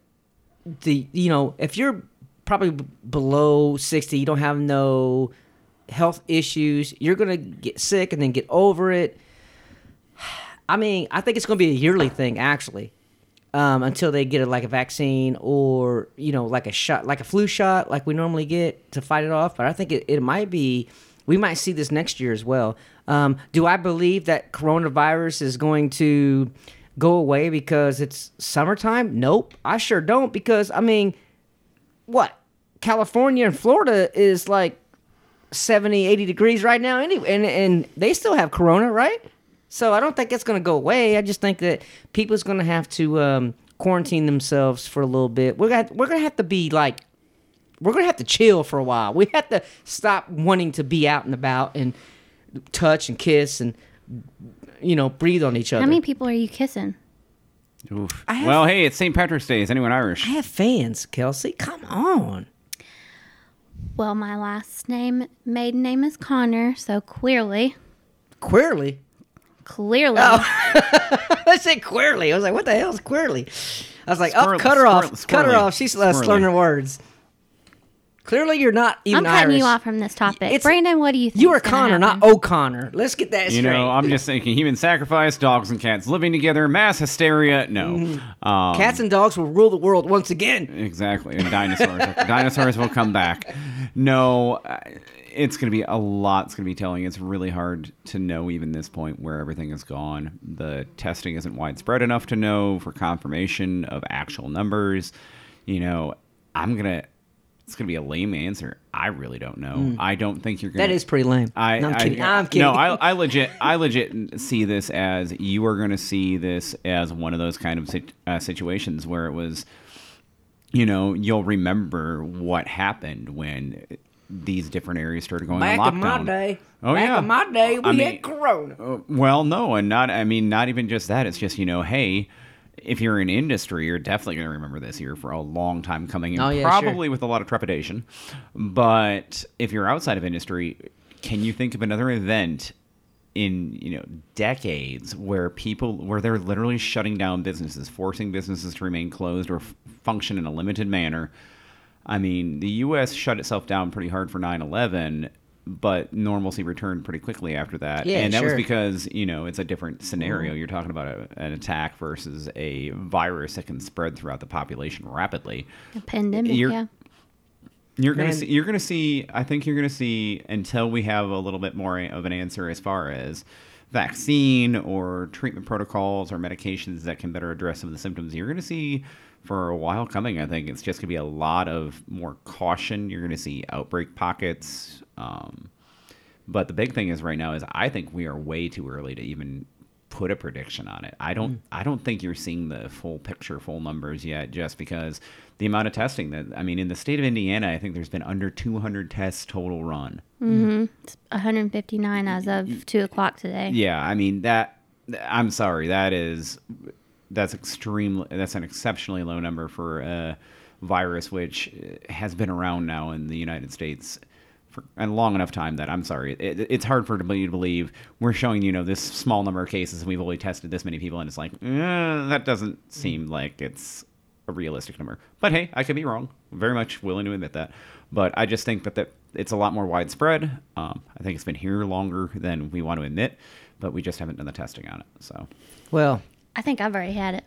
Speaker 3: the you know if you're probably b- below 60 you don't have no health issues you're gonna get sick and then get over it i mean i think it's gonna be a yearly thing actually um, until they get a, like a vaccine or you know like a shot like a flu shot like we normally get to fight it off but i think it, it might be we might see this next year as well um, do i believe that coronavirus is going to go away because it's summertime nope i sure don't because i mean what california and florida is like 70 80 degrees right now anyway and, and they still have corona right so i don't think it's going to go away i just think that people's going to have to um, quarantine themselves for a little bit we're going to we're going to have to be like we're going to have to chill for a while we have to stop wanting to be out and about and touch and kiss and you know breathe on each other
Speaker 5: How many people are you kissing?
Speaker 4: Oof.
Speaker 3: have-
Speaker 4: well, hey, it's St. Patrick's Day. Is anyone Irish?
Speaker 3: i have fans kelsey come on
Speaker 5: Well, my last name maiden name is Connor, so clearly,
Speaker 3: queerly
Speaker 5: clearly.
Speaker 3: Oh. I said queerly. I was like, what the hell is queerly? I was like, oh,
Speaker 4: Squirrel-
Speaker 3: cut her off.
Speaker 4: squirrel-
Speaker 3: Cut her
Speaker 4: squirrely.
Speaker 3: off. She's uh,
Speaker 4: Squirrely.
Speaker 3: slurring her words. Clearly, you're not even
Speaker 5: I'm cutting
Speaker 3: Irish.
Speaker 5: you off from this topic.
Speaker 3: It's-
Speaker 5: Brandon, what do you think?
Speaker 3: You are
Speaker 5: is gonna
Speaker 3: Connor, not
Speaker 5: happen?
Speaker 3: O'Connor. Let's get that
Speaker 4: You
Speaker 3: straight.
Speaker 4: know, I'm just thinking human sacrifice, dogs and cats living together, mass hysteria. No.
Speaker 3: Mm-hmm.
Speaker 4: Um,
Speaker 3: Cats and dogs will rule the world once again.
Speaker 4: Exactly. And dinosaurs. dinosaurs will come back. No, uh, it's going to be a lot's going to be telling. It's really hard to know even this point where everything is gone. The testing isn't widespread enough to know for confirmation of actual numbers. You know, I'm going to It's gonna be a lame answer. I really don't know. I don't think you're gonna.
Speaker 3: Mm. That is pretty lame.
Speaker 4: I,
Speaker 3: no, I'm
Speaker 4: I-
Speaker 3: kidding. I'm kidding.
Speaker 4: No, I, I legit, I legit see this as you are going to see this as one of those kind of sit- uh, situations where it was, you know, you'll remember what happened when these different areas started going
Speaker 3: Back
Speaker 4: on
Speaker 3: in
Speaker 4: lockdown.
Speaker 3: my day.
Speaker 4: Oh
Speaker 3: back
Speaker 4: yeah,
Speaker 3: in my day, we
Speaker 4: I mean,
Speaker 3: had Corona.
Speaker 4: uh, Well, no, and not. I mean, not even just that. It's just you know, hey. If you're in industry, you're definitely going to remember this year for a long time coming, and
Speaker 3: Oh, yeah, sure.
Speaker 4: probably with a lot of trepidation. But if you're outside of industry, can you think of another event in you know decades where people where they're literally shutting down businesses, forcing businesses to remain closed or f- function in a limited manner? I mean, the U.S. shut itself down pretty hard for 9/11, but normalcy returned pretty quickly after that,
Speaker 3: Yeah,
Speaker 4: and that was
Speaker 3: sure. Mm-hmm.
Speaker 4: because you know it's a different scenario. You're talking about a, an attack versus a virus that can spread throughout the population rapidly.
Speaker 5: A pandemic,
Speaker 4: You're-
Speaker 5: yeah.
Speaker 4: You're gonna
Speaker 3: Man.
Speaker 4: see. You're gonna see. I think you're gonna see until we have a little bit more of an answer as far as vaccine or treatment protocols or medications that can better address some of the symptoms. You're gonna see for a while coming. I think it's just gonna be a lot of more caution. You're gonna see outbreak pockets. Um, but the big thing is right now is I think we are way too early to even put a prediction on it. I don't I don't think you're seeing the full picture, full numbers yet, just because the amount of testing that I mean in the state of Indiana, I think there's been under 200 tests total run.
Speaker 5: 159 as of two o'clock today.
Speaker 4: Yeah, I mean that. I'm sorry, that is that's extremely that's an exceptionally low number for a virus which uh, has been around now in the United States for a long enough time that I'm sorry, it, it's hard for me to believe we're showing you know this small number of cases and we've only tested this many people and it's like eh, that doesn't seem like it's a realistic number. But hey, I could be wrong. Very much willing to admit that. But I just think that, that it's a lot more widespread. Um, I think it's been here longer than we want to admit, but we just haven't done the testing on it. So
Speaker 3: Well,
Speaker 5: I think I've already had it.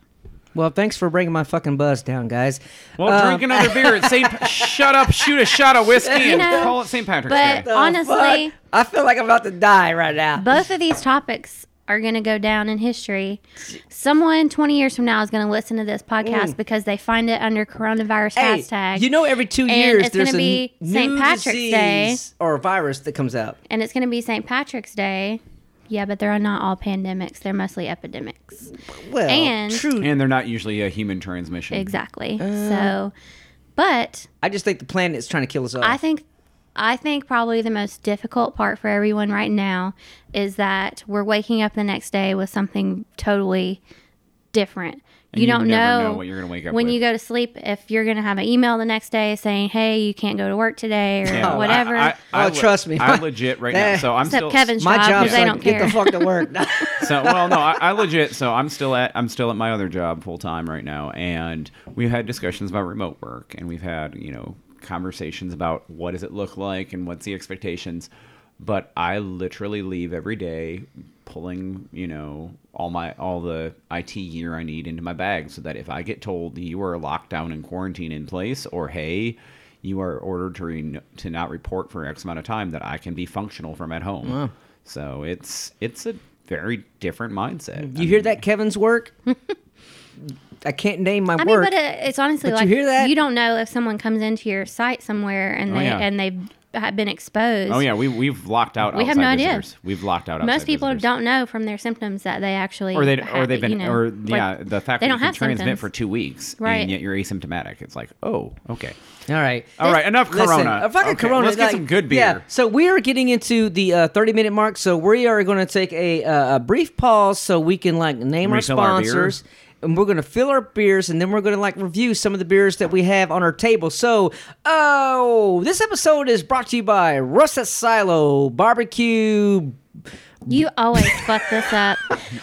Speaker 3: well, thanks for bringing my fucking buzz down, guys.
Speaker 4: Well,
Speaker 3: Um,
Speaker 4: drink another beer at St. Pa- Shut up, shoot a shot of whiskey and
Speaker 5: know,
Speaker 4: call it St. Patrick's
Speaker 5: But
Speaker 4: Day.
Speaker 5: honestly,
Speaker 3: Fuck, I feel like I'm about to die right now.
Speaker 5: both of these topics are going to go down in history. Someone 20 years from now is going to listen to this podcast because they find it under coronavirus
Speaker 3: Mm. Hey,
Speaker 5: hashtag.
Speaker 3: you know, every two
Speaker 5: And
Speaker 3: years
Speaker 5: it's
Speaker 3: there's
Speaker 5: gonna
Speaker 3: a
Speaker 5: be
Speaker 3: n-
Speaker 5: St.
Speaker 3: new
Speaker 5: Patrick's Day.
Speaker 3: disease or virus that comes out.
Speaker 5: and it's going to be St. Patrick's Day. Yeah, but they're not all pandemics. They're mostly epidemics.
Speaker 3: Well,
Speaker 5: And-
Speaker 3: true.
Speaker 4: And they're not usually a human transmission.
Speaker 5: Exactly.
Speaker 3: Uh.
Speaker 5: so, but
Speaker 3: I just think the planet's trying to kill us all.
Speaker 5: I think I think probably the most difficult part for everyone right now is that we're waking up the next day with something totally different. you,
Speaker 4: you
Speaker 5: don't
Speaker 4: never
Speaker 5: know,
Speaker 4: know what you're gonna wake up
Speaker 5: when
Speaker 4: with.
Speaker 5: you go to sleep if you're going to have an email the next day saying, "Hey, you can't go to work today" or
Speaker 4: Yeah.
Speaker 5: whatever.
Speaker 4: I, I, I
Speaker 3: Oh,
Speaker 4: le-
Speaker 3: trust me.
Speaker 4: I legit right now. So I'm
Speaker 5: Except
Speaker 4: still
Speaker 5: Kevin's
Speaker 3: my
Speaker 5: job
Speaker 3: job's
Speaker 5: because they
Speaker 3: like,
Speaker 5: don't
Speaker 3: get
Speaker 5: care.
Speaker 3: the fuck to work.
Speaker 4: so well no I, I legit so i'm still at i'm still at my other job full time right now and we've had discussions about remote work and we've had you know conversations about what does it look like and what's the expectations but i literally leave every day pulling you know all my all the it gear i need into my bag so that if i get told you are locked down and quarantine in place or hey you are ordered to, re- to not report for x amount of time that i can be functional from at home so it's it's a very different mindset.
Speaker 3: You hear that, Kevin's work? I can't name my
Speaker 5: I mean,
Speaker 3: work.
Speaker 5: but it, it's honestly
Speaker 3: But
Speaker 5: like
Speaker 3: you hear that?
Speaker 5: don't know if someone comes into your site somewhere and
Speaker 4: Oh,
Speaker 5: they
Speaker 4: yeah.
Speaker 5: and they've ha- been exposed.
Speaker 4: Oh yeah, we we've locked out.
Speaker 5: We have
Speaker 4: outside
Speaker 5: no idea.
Speaker 4: visitors. We've locked out.
Speaker 5: Most
Speaker 4: outside
Speaker 5: people
Speaker 4: visitors.
Speaker 5: don't know from their symptoms that they actually
Speaker 4: Or they or
Speaker 5: have
Speaker 4: they've
Speaker 5: it,
Speaker 4: been
Speaker 5: you know,
Speaker 4: or
Speaker 5: like,
Speaker 4: yeah the fact
Speaker 5: they
Speaker 4: that
Speaker 5: don't
Speaker 4: you can
Speaker 5: have
Speaker 4: transmit
Speaker 5: symptoms.
Speaker 4: for two weeks
Speaker 5: Right.
Speaker 4: and yet you're asymptomatic. It's like oh okay.
Speaker 3: All right.
Speaker 4: All right, enough
Speaker 3: Listen,
Speaker 4: Corona.
Speaker 3: a fucking
Speaker 4: Okay,
Speaker 3: Corona.
Speaker 4: Let's get
Speaker 3: like-
Speaker 4: some good beer.
Speaker 3: Yeah. So we are getting into the uh, thirty minute mark. So we are going to take a, uh, a brief pause so we can like name
Speaker 4: Refill our
Speaker 3: our
Speaker 4: beers.
Speaker 3: sponsors. and we're gonna fill our beers, and then we're gonna like review some of the beers that we have on our table. So, oh, this episode is brought to you by Russet Silo Barbecue.
Speaker 5: You always fuck this up.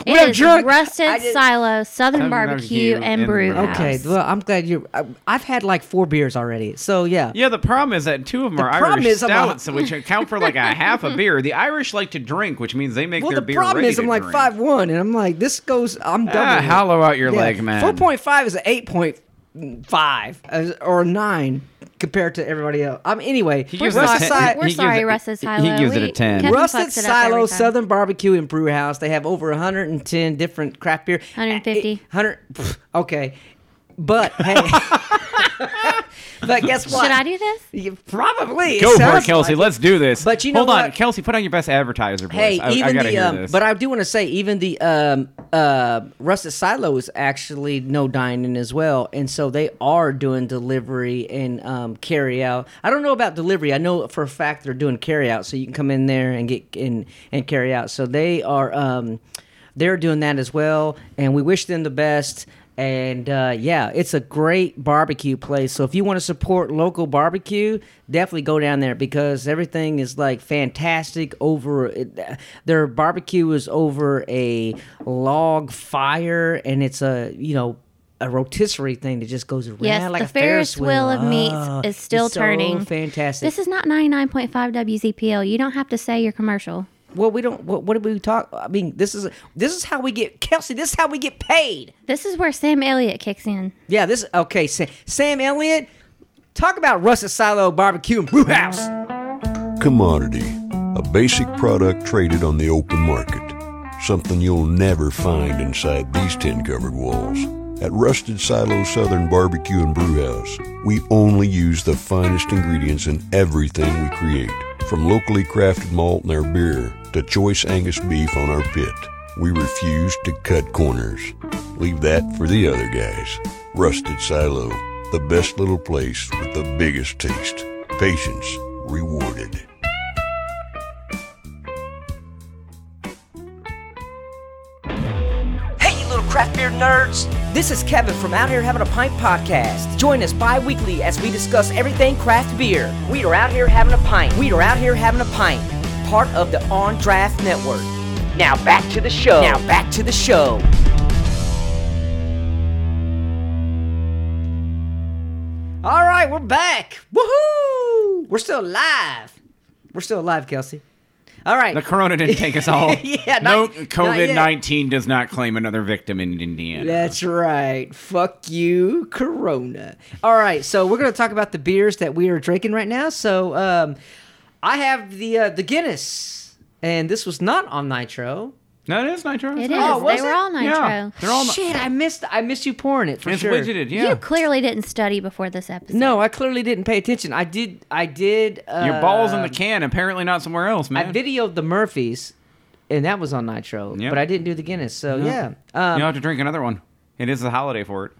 Speaker 5: It
Speaker 3: We're
Speaker 5: is
Speaker 3: drunk. I
Speaker 5: Rusted
Speaker 3: did-
Speaker 5: Silo, Southern
Speaker 4: Southern
Speaker 5: Barbecue,
Speaker 4: Barbecue
Speaker 5: and
Speaker 4: and
Speaker 5: Brew
Speaker 4: Brew
Speaker 5: House.
Speaker 3: Okay, well, I'm glad you're. I, I've had like four beers already, so yeah.
Speaker 4: Yeah, the problem is that two of them are
Speaker 3: problem
Speaker 4: Irish
Speaker 3: is I'm a-
Speaker 4: stouts, which account for like a half a beer. The Irish like to drink, which means they make
Speaker 3: Well,
Speaker 4: their
Speaker 3: the
Speaker 4: beer
Speaker 3: problem
Speaker 4: ready
Speaker 3: is
Speaker 4: to
Speaker 3: I'm like
Speaker 4: drink.
Speaker 3: five one, and I'm like this goes. I'm double.
Speaker 4: Ah, hollow out your
Speaker 3: Yeah.
Speaker 4: leg, man.
Speaker 3: 4.5 is an 8.5 uh, or 9 compared to everybody else. Um, anyway,
Speaker 4: He gives it a
Speaker 3: Rusted
Speaker 4: ten.
Speaker 3: Silo-
Speaker 5: We're
Speaker 4: He gives
Speaker 5: sorry,
Speaker 4: it-
Speaker 5: Rusted
Speaker 4: he
Speaker 5: Silo.
Speaker 4: gives it a
Speaker 5: We-
Speaker 4: 10.
Speaker 5: Kevin
Speaker 3: Rusted
Speaker 5: fucks it up every
Speaker 3: Silo
Speaker 5: time.
Speaker 3: Southern Barbecue and Brew House. They have over 110 Eh, different craft beer.
Speaker 5: 150.
Speaker 3: Eh, 100. pff, Okay. But hey, But guess what?
Speaker 5: Should I do this?
Speaker 3: You- Probably.
Speaker 4: Go for it,
Speaker 3: sounds
Speaker 4: Kelsey.
Speaker 3: like-
Speaker 4: Let's do this.
Speaker 3: But you know
Speaker 4: hold on,
Speaker 3: what?
Speaker 4: Kelsey. Put on your best advertiser voice.
Speaker 3: Hey,
Speaker 4: I, I
Speaker 3: even
Speaker 4: gotta
Speaker 3: the
Speaker 4: hear
Speaker 3: um,
Speaker 4: this.
Speaker 3: but I do want to say even the um uh Rusted Silo is actually no dining as well, and so they are doing delivery and um carry out. I don't know about delivery. I know for a fact they're doing carry out, so you can come in there and get and and carry out. So they are um they're doing that as well, and we wish them the best. And uh, yeah, it's a great barbecue place. So if you want to support local barbecue, definitely go down there because everything is like fantastic. Over their barbecue is over a log fire, and it's a you know a rotisserie thing that just goes around
Speaker 5: Yes,
Speaker 3: like
Speaker 5: the
Speaker 3: a Ferris,
Speaker 5: Ferris wheel of meats
Speaker 3: Oh,
Speaker 5: is still
Speaker 3: it's so
Speaker 5: turning.
Speaker 3: fantastic.
Speaker 5: This is not 99.5 WZPL. You don't have to say your commercial.
Speaker 3: well, we don't. What, what did we talk? I mean, this is this is how we get Kelsey. This is how we get paid.
Speaker 5: This is where Sam Elliott kicks in.
Speaker 3: Yeah, this okay. Sam, Sam Elliott, talk about Russet Silo Barbecue and Brew House.
Speaker 6: Commodity, a basic product traded on the open market. Something you'll never find inside these tin covered walls. At Rusted Silo Southern Barbecue and Brewhouse, we only use the finest ingredients in everything we create, from locally crafted malt in our beer to choice Angus beef on our pit. We refuse to cut corners. Leave that for the other guys. Rusted Silo, the best little place with the biggest taste. Patience rewarded.
Speaker 3: Hey, you little craft beer nerds! This is Kevin from Out Here Having a Pint podcast. Join us bi weekly as we discuss everything craft beer. We are out here having a pint. We are out here having a pint. Part of the On Draft Network. Now back to the show. Now back to the show. All right, we're back. Woohoo! We're still alive. We're still alive, Kelsey. All right.
Speaker 4: the corona didn't take us all.
Speaker 3: Yeah,
Speaker 4: no,
Speaker 3: not- not
Speaker 4: COVID
Speaker 3: yet.
Speaker 4: nineteen does not claim another victim in Indiana.
Speaker 3: That's right. Fuck you, Corona. All right, so we're going to talk about the beers that we are drinking right now. So, um, I have the uh, the Guinness, and this was not on Nitro.
Speaker 4: no, it is nitro.
Speaker 5: It is.
Speaker 4: not-
Speaker 3: was
Speaker 5: they were
Speaker 3: it?
Speaker 5: all nitro.
Speaker 4: Yeah, they're all.
Speaker 3: Shit, I missed. I missed you pouring it for
Speaker 4: Oh It's
Speaker 3: sure.
Speaker 4: widgeted. Yeah,
Speaker 5: You clearly didn't study before this episode.
Speaker 3: No, I clearly didn't pay attention. I did. I did. Uh,
Speaker 4: your balls in the can. Apparently not somewhere else,
Speaker 3: I
Speaker 4: man.
Speaker 3: videoed the Murphys, and that was on Nitro.
Speaker 4: Yep.
Speaker 3: But I didn't do the Guinness. So yeah,
Speaker 4: you
Speaker 3: um,
Speaker 4: have to drink another one. It is a holiday for it.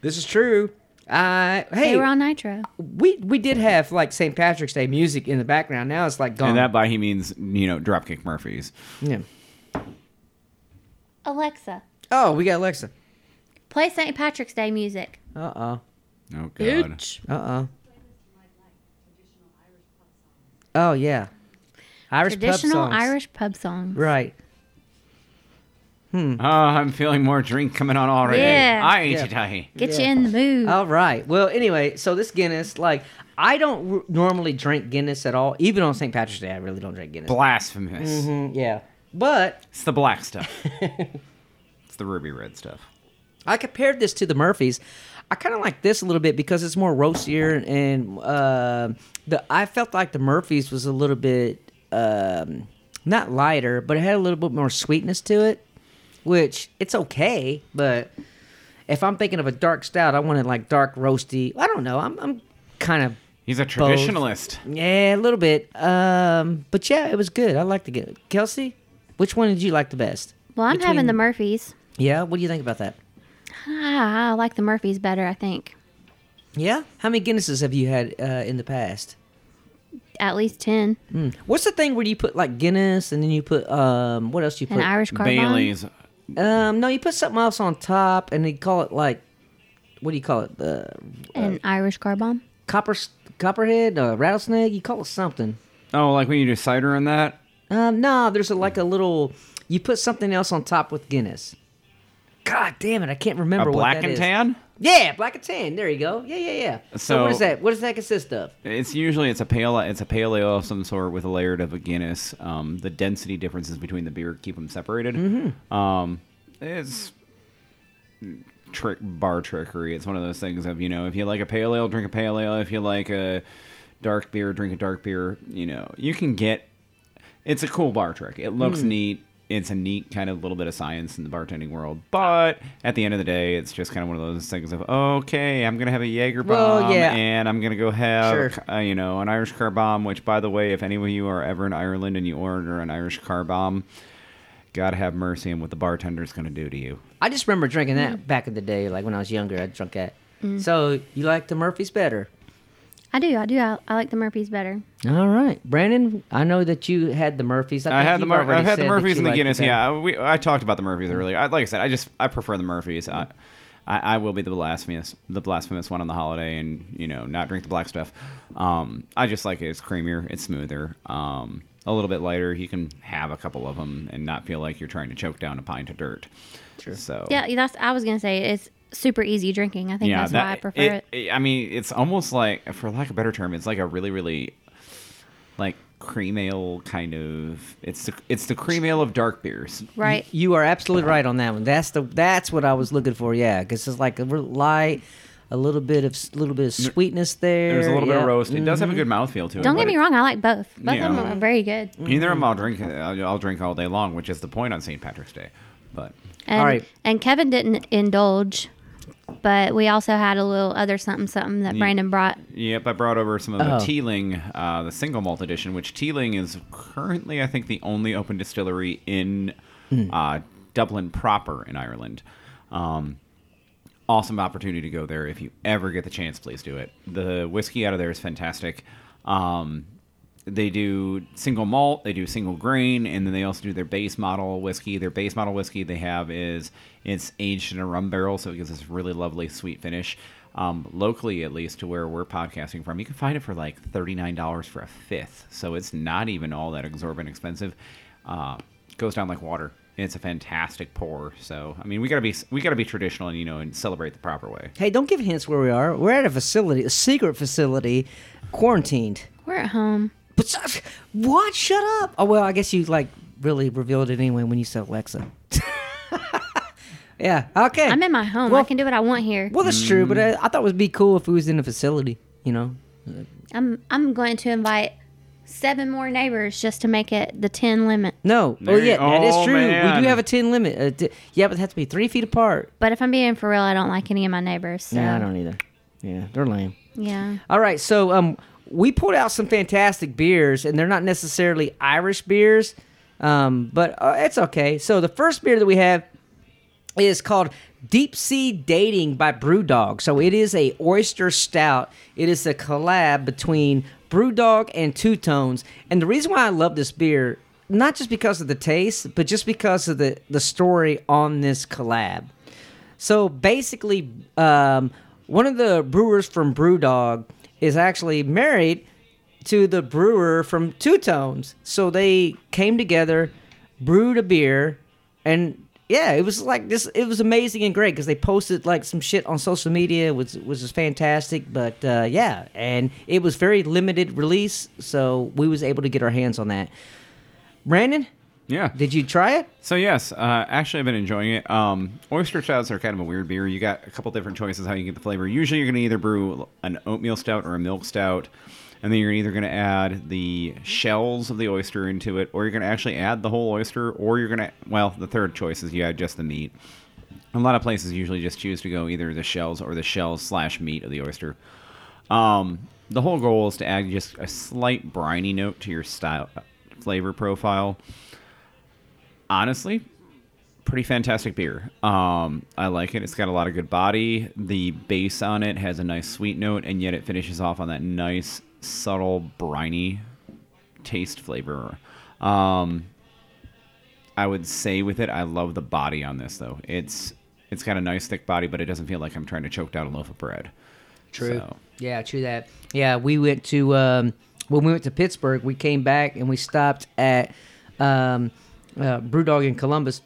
Speaker 3: this is true. I hey,
Speaker 5: They were on nitro.
Speaker 3: we we did have like St. Patrick's Day music in the background. Now it's like gone.
Speaker 4: And that by he means you know Dropkick Murphys.
Speaker 3: yeah.
Speaker 5: Alexa,
Speaker 3: Oh, we got Alexa.
Speaker 5: play St. Patrick's Day music.
Speaker 3: Uh oh.
Speaker 4: Oh God.
Speaker 3: Uh oh. Oh yeah. Irish
Speaker 5: Traditional
Speaker 3: pub songs.
Speaker 5: Irish pub song.
Speaker 3: Right.
Speaker 4: Oh, I'm feeling more drink coming on already.
Speaker 5: Yeah.
Speaker 4: I ain't
Speaker 3: Yeah.
Speaker 4: today.
Speaker 5: Get you in the mood.
Speaker 3: All right. Well, anyway, so this Guinness, like, I don't r- normally drink Guinness at all. Even on St. Patrick's Day, I really don't drink Guinness.
Speaker 4: Blasphemous.
Speaker 3: Mm, yeah. But
Speaker 4: It's the black stuff. it's the ruby red stuff.
Speaker 3: I compared this to the Murphys. I kind of like this a little bit because it's more roastier, and uh, the I felt like the Murphys was a little bit um, not lighter, but it had a little bit more sweetness to it, which it's okay. But if I'm thinking of a dark stout, I want it like dark roasty. I don't know. I'm, I'm kind of
Speaker 4: He's a traditionalist.
Speaker 3: yeah, a little bit. Um, but yeah, it was good. I liked it. Kelsey, which one did you like the best?
Speaker 5: well, I'm having
Speaker 3: between-
Speaker 5: the Murphys.
Speaker 3: Yeah, what do you think about that?
Speaker 5: Ah, I like the Murphys better, I think.
Speaker 3: Yeah. How many Guinnesses have you had uh, in the past?
Speaker 5: At least 10.
Speaker 3: What's the thing where you put like Guinness and then you put um what else you
Speaker 5: An
Speaker 3: put?
Speaker 5: Irish card
Speaker 4: Bailey's.
Speaker 3: Um no, you put something else on top and they call it like what do you call it? The
Speaker 5: An Irish car bomb.
Speaker 3: copper copperhead, uh, rattlesnake. You call it something.
Speaker 4: Oh, like when you do cider in that?
Speaker 3: Um no, there's a, like a little. You put something else on top with Guinness. God damn it, I can't remember
Speaker 4: A
Speaker 3: what
Speaker 4: black
Speaker 3: that
Speaker 4: and
Speaker 3: is.
Speaker 4: tan?
Speaker 3: Yeah, black and tan. There you go. Yeah, yeah, yeah. So, what
Speaker 4: So-
Speaker 3: is that? What does that consist of?
Speaker 4: It's usually it's a pale it's a pale ale of some sort with a layered of a Guinness. Um, the density differences between the beer keep them separated.
Speaker 3: Mm-hmm.
Speaker 4: Um, it's trick bar trickery. It's one of those things of you know if you like a pale ale, drink a pale ale. If you like a dark
Speaker 3: Mm.
Speaker 4: beer, drink a dark beer. You know you can get. It's a cool bar trick. It looks neat. it's a neat kind of little bit of science in the bartending world. But at the end of the day, it's just kind of one of those things of okay, I'm gonna have a Jaeger
Speaker 3: Well,
Speaker 4: bomb,
Speaker 3: yeah.
Speaker 4: and I'm gonna go have
Speaker 3: Sure.
Speaker 4: uh, you know an Irish car bomb. Which, by the way, if any of you are ever in Ireland and you order an Irish car bomb, God have mercy on what the bartender's gonna do to you.
Speaker 3: I just remember drinking that back in the day, like when I was younger. I drunk that. So you like the Murphys better?
Speaker 5: I do. I do. I, I like the Murphys better.
Speaker 3: All right, Brandon. I know that you had the Murphys.
Speaker 4: I
Speaker 3: think
Speaker 4: had the
Speaker 3: you've
Speaker 4: Mur-
Speaker 3: already
Speaker 4: I've had
Speaker 3: said that
Speaker 4: the Murphys
Speaker 3: you
Speaker 4: and the
Speaker 3: liked it
Speaker 4: Guinness.
Speaker 3: better.
Speaker 4: Yeah, we, I talked about the Murphys earlier. I, like I said, I just I prefer the Murphys. I, I, I will be the blasphemous the blasphemous one on the holiday, and you know not drink the black stuff. Um, I just like it. It's creamier. It's smoother. Um, a little bit lighter. You can have a couple of them and not feel like you're trying to choke down a pint of dirt. True. So
Speaker 5: Yeah, that's. I was gonna say it's super easy drinking. I think that's why I prefer it.
Speaker 4: I mean, it's almost like, for lack of a better term, it's like a really, really like cream ale kind of. It's the it's the cream ale of dark beers.
Speaker 5: Right.
Speaker 3: You are absolutely right on that one. That's the that's what I was looking for. Yeah, because it's like a real light, a little bit of s- little bit of sweetness there.
Speaker 4: There's a little bit
Speaker 3: yeah. Mm-hmm.
Speaker 4: of roast. It does have a good mouthfeel to it.
Speaker 5: Mm-hmm. Don't
Speaker 4: but
Speaker 5: get me
Speaker 4: it-
Speaker 5: wrong. I like both. Both of
Speaker 4: Yeah.
Speaker 5: them are very good.
Speaker 4: Neither of them I'll drink. I'll, I'll drink all day long, which is the point on St. Patrick's Day. But
Speaker 5: And,
Speaker 3: All right.
Speaker 5: And Kevin didn't indulge, but we also had a little other something something that Brandon brought.
Speaker 4: yep, I brought over some of the
Speaker 3: Oh.
Speaker 4: Teeling, uh, the single malt edition, which Teeling is currently, I think, the only open distillery in uh, Dublin proper in Ireland. Um, awesome opportunity to go there if you ever get the chance. Please do it. The whiskey out of there is fantastic. Um, they do single malt, they do single grain, and then they also do their base model whiskey. Their base model whiskey they have is it's aged in a rum barrel, so it gives this really lovely sweet finish. Um, locally, at least to where we're podcasting from, you can find it for like thirty nine dollars for a fifth, so it's not even all that exorbitant expensive. Uh, goes down like water. It's a fantastic pour. So I mean, we gotta be we gotta be traditional and you know and celebrate the proper way.
Speaker 3: Hey, don't give hints where we are. We're at a facility, a secret facility, quarantined.
Speaker 5: We're at home.
Speaker 3: But so- what? Shut up. Oh well, I guess you like really revealed it anyway when you said Alexa. yeah. Okay.
Speaker 5: I'm in my home.
Speaker 3: Well,
Speaker 5: I can do what I want here.
Speaker 3: Well, that's true, but
Speaker 4: Mm.
Speaker 3: uh, I thought it would be cool if we was in a facility. You know.
Speaker 5: I'm I'm going to invite seven more neighbors just to make it the ten limit.
Speaker 3: No. Oh
Speaker 4: There you-
Speaker 3: yeah, that is
Speaker 4: oh,
Speaker 3: true. We
Speaker 4: man.
Speaker 3: do have a ten limit. Uh, t- yeah, but it has to be three feet apart.
Speaker 5: But if I'm being for real, I don't like any of my neighbors. So,
Speaker 3: No, I don't either. Yeah, they're lame.
Speaker 5: Yeah.
Speaker 3: All right, so um, we pulled out some fantastic beers, and they're not necessarily Irish beers, um, but uh, it's okay. So the first beer that we have is called Deep Sea Dating by BrewDog. So it is a oyster stout. It is a collab between BrewDog and Two Tones. And the reason why I love this beer, not just because of the taste, but just because of the the story on this collab. So basically, um, one of the brewers from BrewDog is actually married to the brewer from Two Tones. So they came together, brewed a beer, and yeah, it was like this. It was amazing and great because they posted like some shit on social media, which was just fantastic. But uh, yeah, and it was very limited release, so we was able to get our hands on that. Brandon,
Speaker 4: Yeah.
Speaker 3: did you try it?
Speaker 4: So yes, uh, actually, I've been enjoying it. Um, oyster stouts are kind of a weird beer. You got a couple different choices how you get the flavor. Usually, you're going to either brew an oatmeal stout or a milk stout, and then you're either going to add the shells of the oyster into it, or you're going to actually add the whole oyster, or you're going to well, the third choice is you add just the meat. A lot of places usually just choose to go either the shells or the shells slash meat of the oyster. Um, the whole goal is to add just a slight briny note to your style flavor profile honestly pretty fantastic beer um i like it it's got a lot of good body the base on it has a nice sweet note and yet it finishes off on that nice subtle briny taste flavor um i would say with it i love the body on this though it's it's got a nice thick body but it doesn't feel like i'm trying to choke down a loaf of bread
Speaker 3: True.
Speaker 4: So-
Speaker 3: Yeah, true that. Yeah, we went to um, when we went to Pittsburgh, we came back and we stopped at um, uh, Brewdog in Columbus,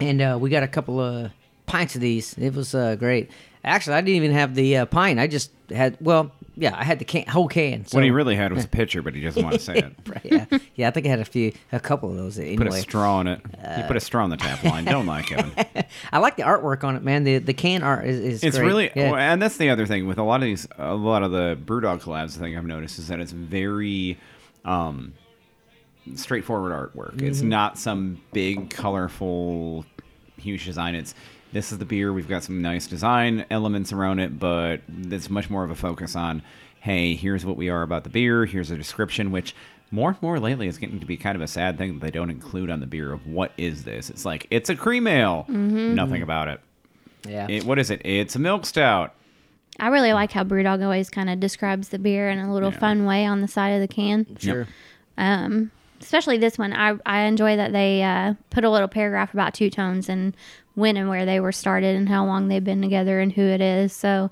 Speaker 3: and uh, we got a couple of pints of these. It was uh, great. Actually, I didn't even have the uh, pint. I just had well, yeah, I had the can, whole can. So,
Speaker 4: what he really had was a pitcher but he doesn't want to say it
Speaker 3: yeah, yeah, I think I had a few, a couple of those anyway.
Speaker 4: put a straw in it he put a straw in the tap line don't like him
Speaker 3: I like the artwork on it, man. The the can art is, is
Speaker 4: it's
Speaker 3: great.
Speaker 4: really
Speaker 3: Yeah.
Speaker 4: well, and that's the other thing with a lot of these a lot of the brewdog collabs thing i've noticed is that it's very um straightforward artwork. It's
Speaker 3: Mm-hmm.
Speaker 4: not some big, colorful, huge design. It's this is the beer. We've got some nice design elements around it, but it's much more of a focus on, hey, here's what we are about the beer. Here's a description, which more and more lately is getting to be kind of a sad thing that they don't include on the beer of what is this. It's like it's a cream ale,
Speaker 3: Mm-hmm.
Speaker 4: nothing about it.
Speaker 3: Yeah.
Speaker 4: It, what is it? It's a milk stout.
Speaker 5: I really like how Brewdog always kind of describes the beer in a little fun way on the side of the can.
Speaker 3: sure.
Speaker 5: Especially this one, I I enjoy that they uh, put a little paragraph about two tones and when and where they were started and how long they've been together and who it is. So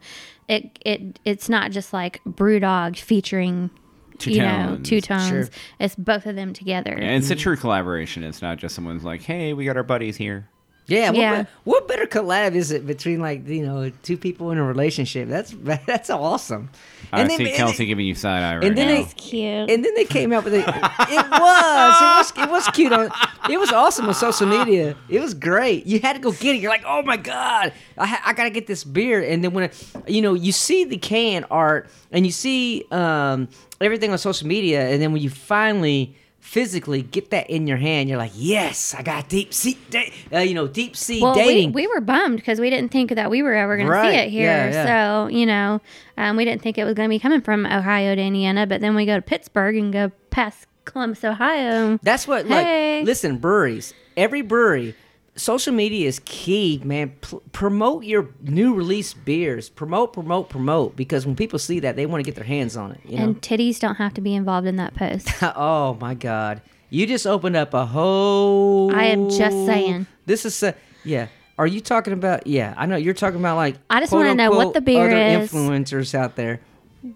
Speaker 5: it it it's not just like Brewdog featuring
Speaker 4: Two
Speaker 5: you know
Speaker 4: Tones.
Speaker 5: two tones.
Speaker 3: Sure.
Speaker 5: It's both of them together.
Speaker 4: And it's a true collaboration. It's not just someone's like, hey, we got our buddies here.
Speaker 3: Yeah, what,
Speaker 5: Yeah.
Speaker 3: be- what better collab is it between like you know two people in a relationship? That's that's awesome.
Speaker 4: I
Speaker 3: then-
Speaker 4: see Kelsey giving you side eye right
Speaker 3: and then
Speaker 4: now.
Speaker 3: they-
Speaker 5: cute.
Speaker 3: And then they came out with it. It was. It was. It was cute. On, it was awesome on social media. It was great. You had to go get it. You're like, oh my god, I, ha- I gotta get this beer. And then when it, you know you see the can art and you see um, everything on social media, and then when you finally physically get that in your hand, you're like, yes, I got deep sea, da- uh, you know, deep sea
Speaker 5: well,
Speaker 3: dating.
Speaker 5: We, we were bummed because we didn't think that we were ever going to
Speaker 3: Right.
Speaker 5: see it here.
Speaker 3: Yeah, yeah.
Speaker 5: So, you know, um, we didn't think it was going to be coming from Ohio to Indiana, but then we go to Pittsburgh and go past Columbus, Ohio.
Speaker 3: That's what
Speaker 5: Hey.
Speaker 3: like listen, breweries. Every brewery, social media is key, man. P- promote your new release beers. Promote, promote, promote because when people see that, they want to get their hands on it, you know.
Speaker 5: and titties don't have to be involved in that post.
Speaker 3: oh my god. You just opened up a whole
Speaker 5: I am just saying.
Speaker 3: This is a, yeah. Are you talking about yeah, I know you're talking about like
Speaker 5: I just
Speaker 3: quote,
Speaker 5: wanna know what
Speaker 3: unquote,
Speaker 5: the beer
Speaker 3: other
Speaker 5: is.
Speaker 3: influencers out there.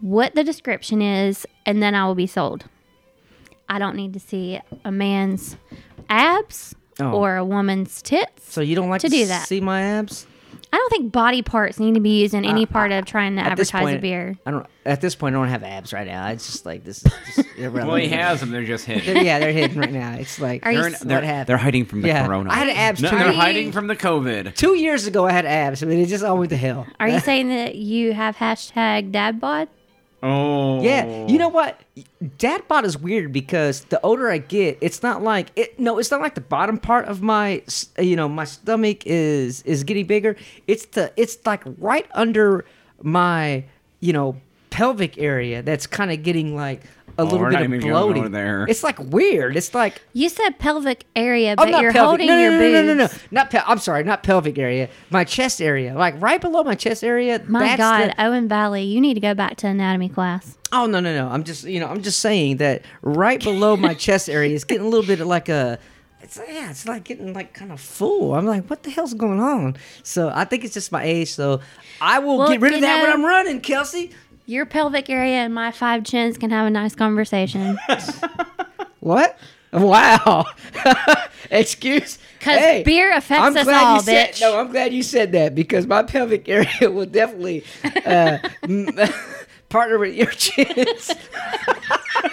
Speaker 5: what the description is, and then I will be sold. I don't need to see a man's abs
Speaker 3: Oh.
Speaker 5: or a woman's tits.
Speaker 3: So you don't like
Speaker 5: To
Speaker 3: to,
Speaker 5: do that.
Speaker 3: see my abs?
Speaker 5: I don't think body parts need to be used in any part of trying to
Speaker 3: Uh, At this
Speaker 5: advertise a
Speaker 3: point,
Speaker 5: beer.
Speaker 3: I don't at this point I don't have abs right now. It's just like this is just irrelevant.
Speaker 4: well, he has them. They're just hidden.
Speaker 3: They're- yeah, they're hidden right now. It's like
Speaker 5: Are you
Speaker 4: They're,
Speaker 5: s-
Speaker 4: they're,
Speaker 3: What happened?
Speaker 4: they're hiding from the
Speaker 3: Yeah.
Speaker 4: corona.
Speaker 3: I had abs
Speaker 4: No,
Speaker 3: too.
Speaker 4: they're
Speaker 5: Are you-
Speaker 4: hiding from the COVID.
Speaker 3: two years ago. I had abs. I mean, it just all went to hell.
Speaker 5: Are you saying that you have hashtag dad bod?
Speaker 4: Oh.
Speaker 3: Yeah, you know what? Dad bod is weird because the older I get, it's not like it. No, it's not like the bottom part of my, s- you know, my stomach is is getting bigger. It's the it's like right under my, you know, pelvic area that's kind of getting like a little
Speaker 4: we're
Speaker 3: bit
Speaker 4: not
Speaker 3: of
Speaker 4: even gonna go
Speaker 3: bloating.
Speaker 4: there.
Speaker 3: It's like weird. It's like
Speaker 5: You said pelvic area,
Speaker 3: Oh,
Speaker 5: but
Speaker 3: not
Speaker 5: you're
Speaker 3: pelvic.
Speaker 5: holding
Speaker 3: no, no,
Speaker 5: your
Speaker 3: no,
Speaker 5: boobs.
Speaker 3: No, no, no, no. Not pel- I'm sorry, not pelvic area. My chest area, like right below my chest area.
Speaker 5: My
Speaker 3: that's
Speaker 5: God,
Speaker 3: the-
Speaker 5: Owen Valley, you need to go back to anatomy class.
Speaker 3: oh no, no, no. I'm just, you know, I'm just saying that right below my chest area is getting a little bit of like a. It's yeah, it's like getting like kind of full. I'm like, what the hell's going on? So I think it's just my age. So I will
Speaker 5: Well,
Speaker 3: get rid
Speaker 5: you
Speaker 3: of that when
Speaker 5: know-
Speaker 3: I'm running, Kelsey.
Speaker 5: Your pelvic area and my five chins can have a nice conversation.
Speaker 3: What? Wow. Excuse.
Speaker 5: 'Cause
Speaker 3: Hey,
Speaker 5: beer affects
Speaker 3: I'm
Speaker 5: us
Speaker 3: glad
Speaker 5: all,
Speaker 3: you said-
Speaker 5: bitch.
Speaker 3: no, I'm glad you said that because my pelvic area will definitely uh, m- partner with your chins. the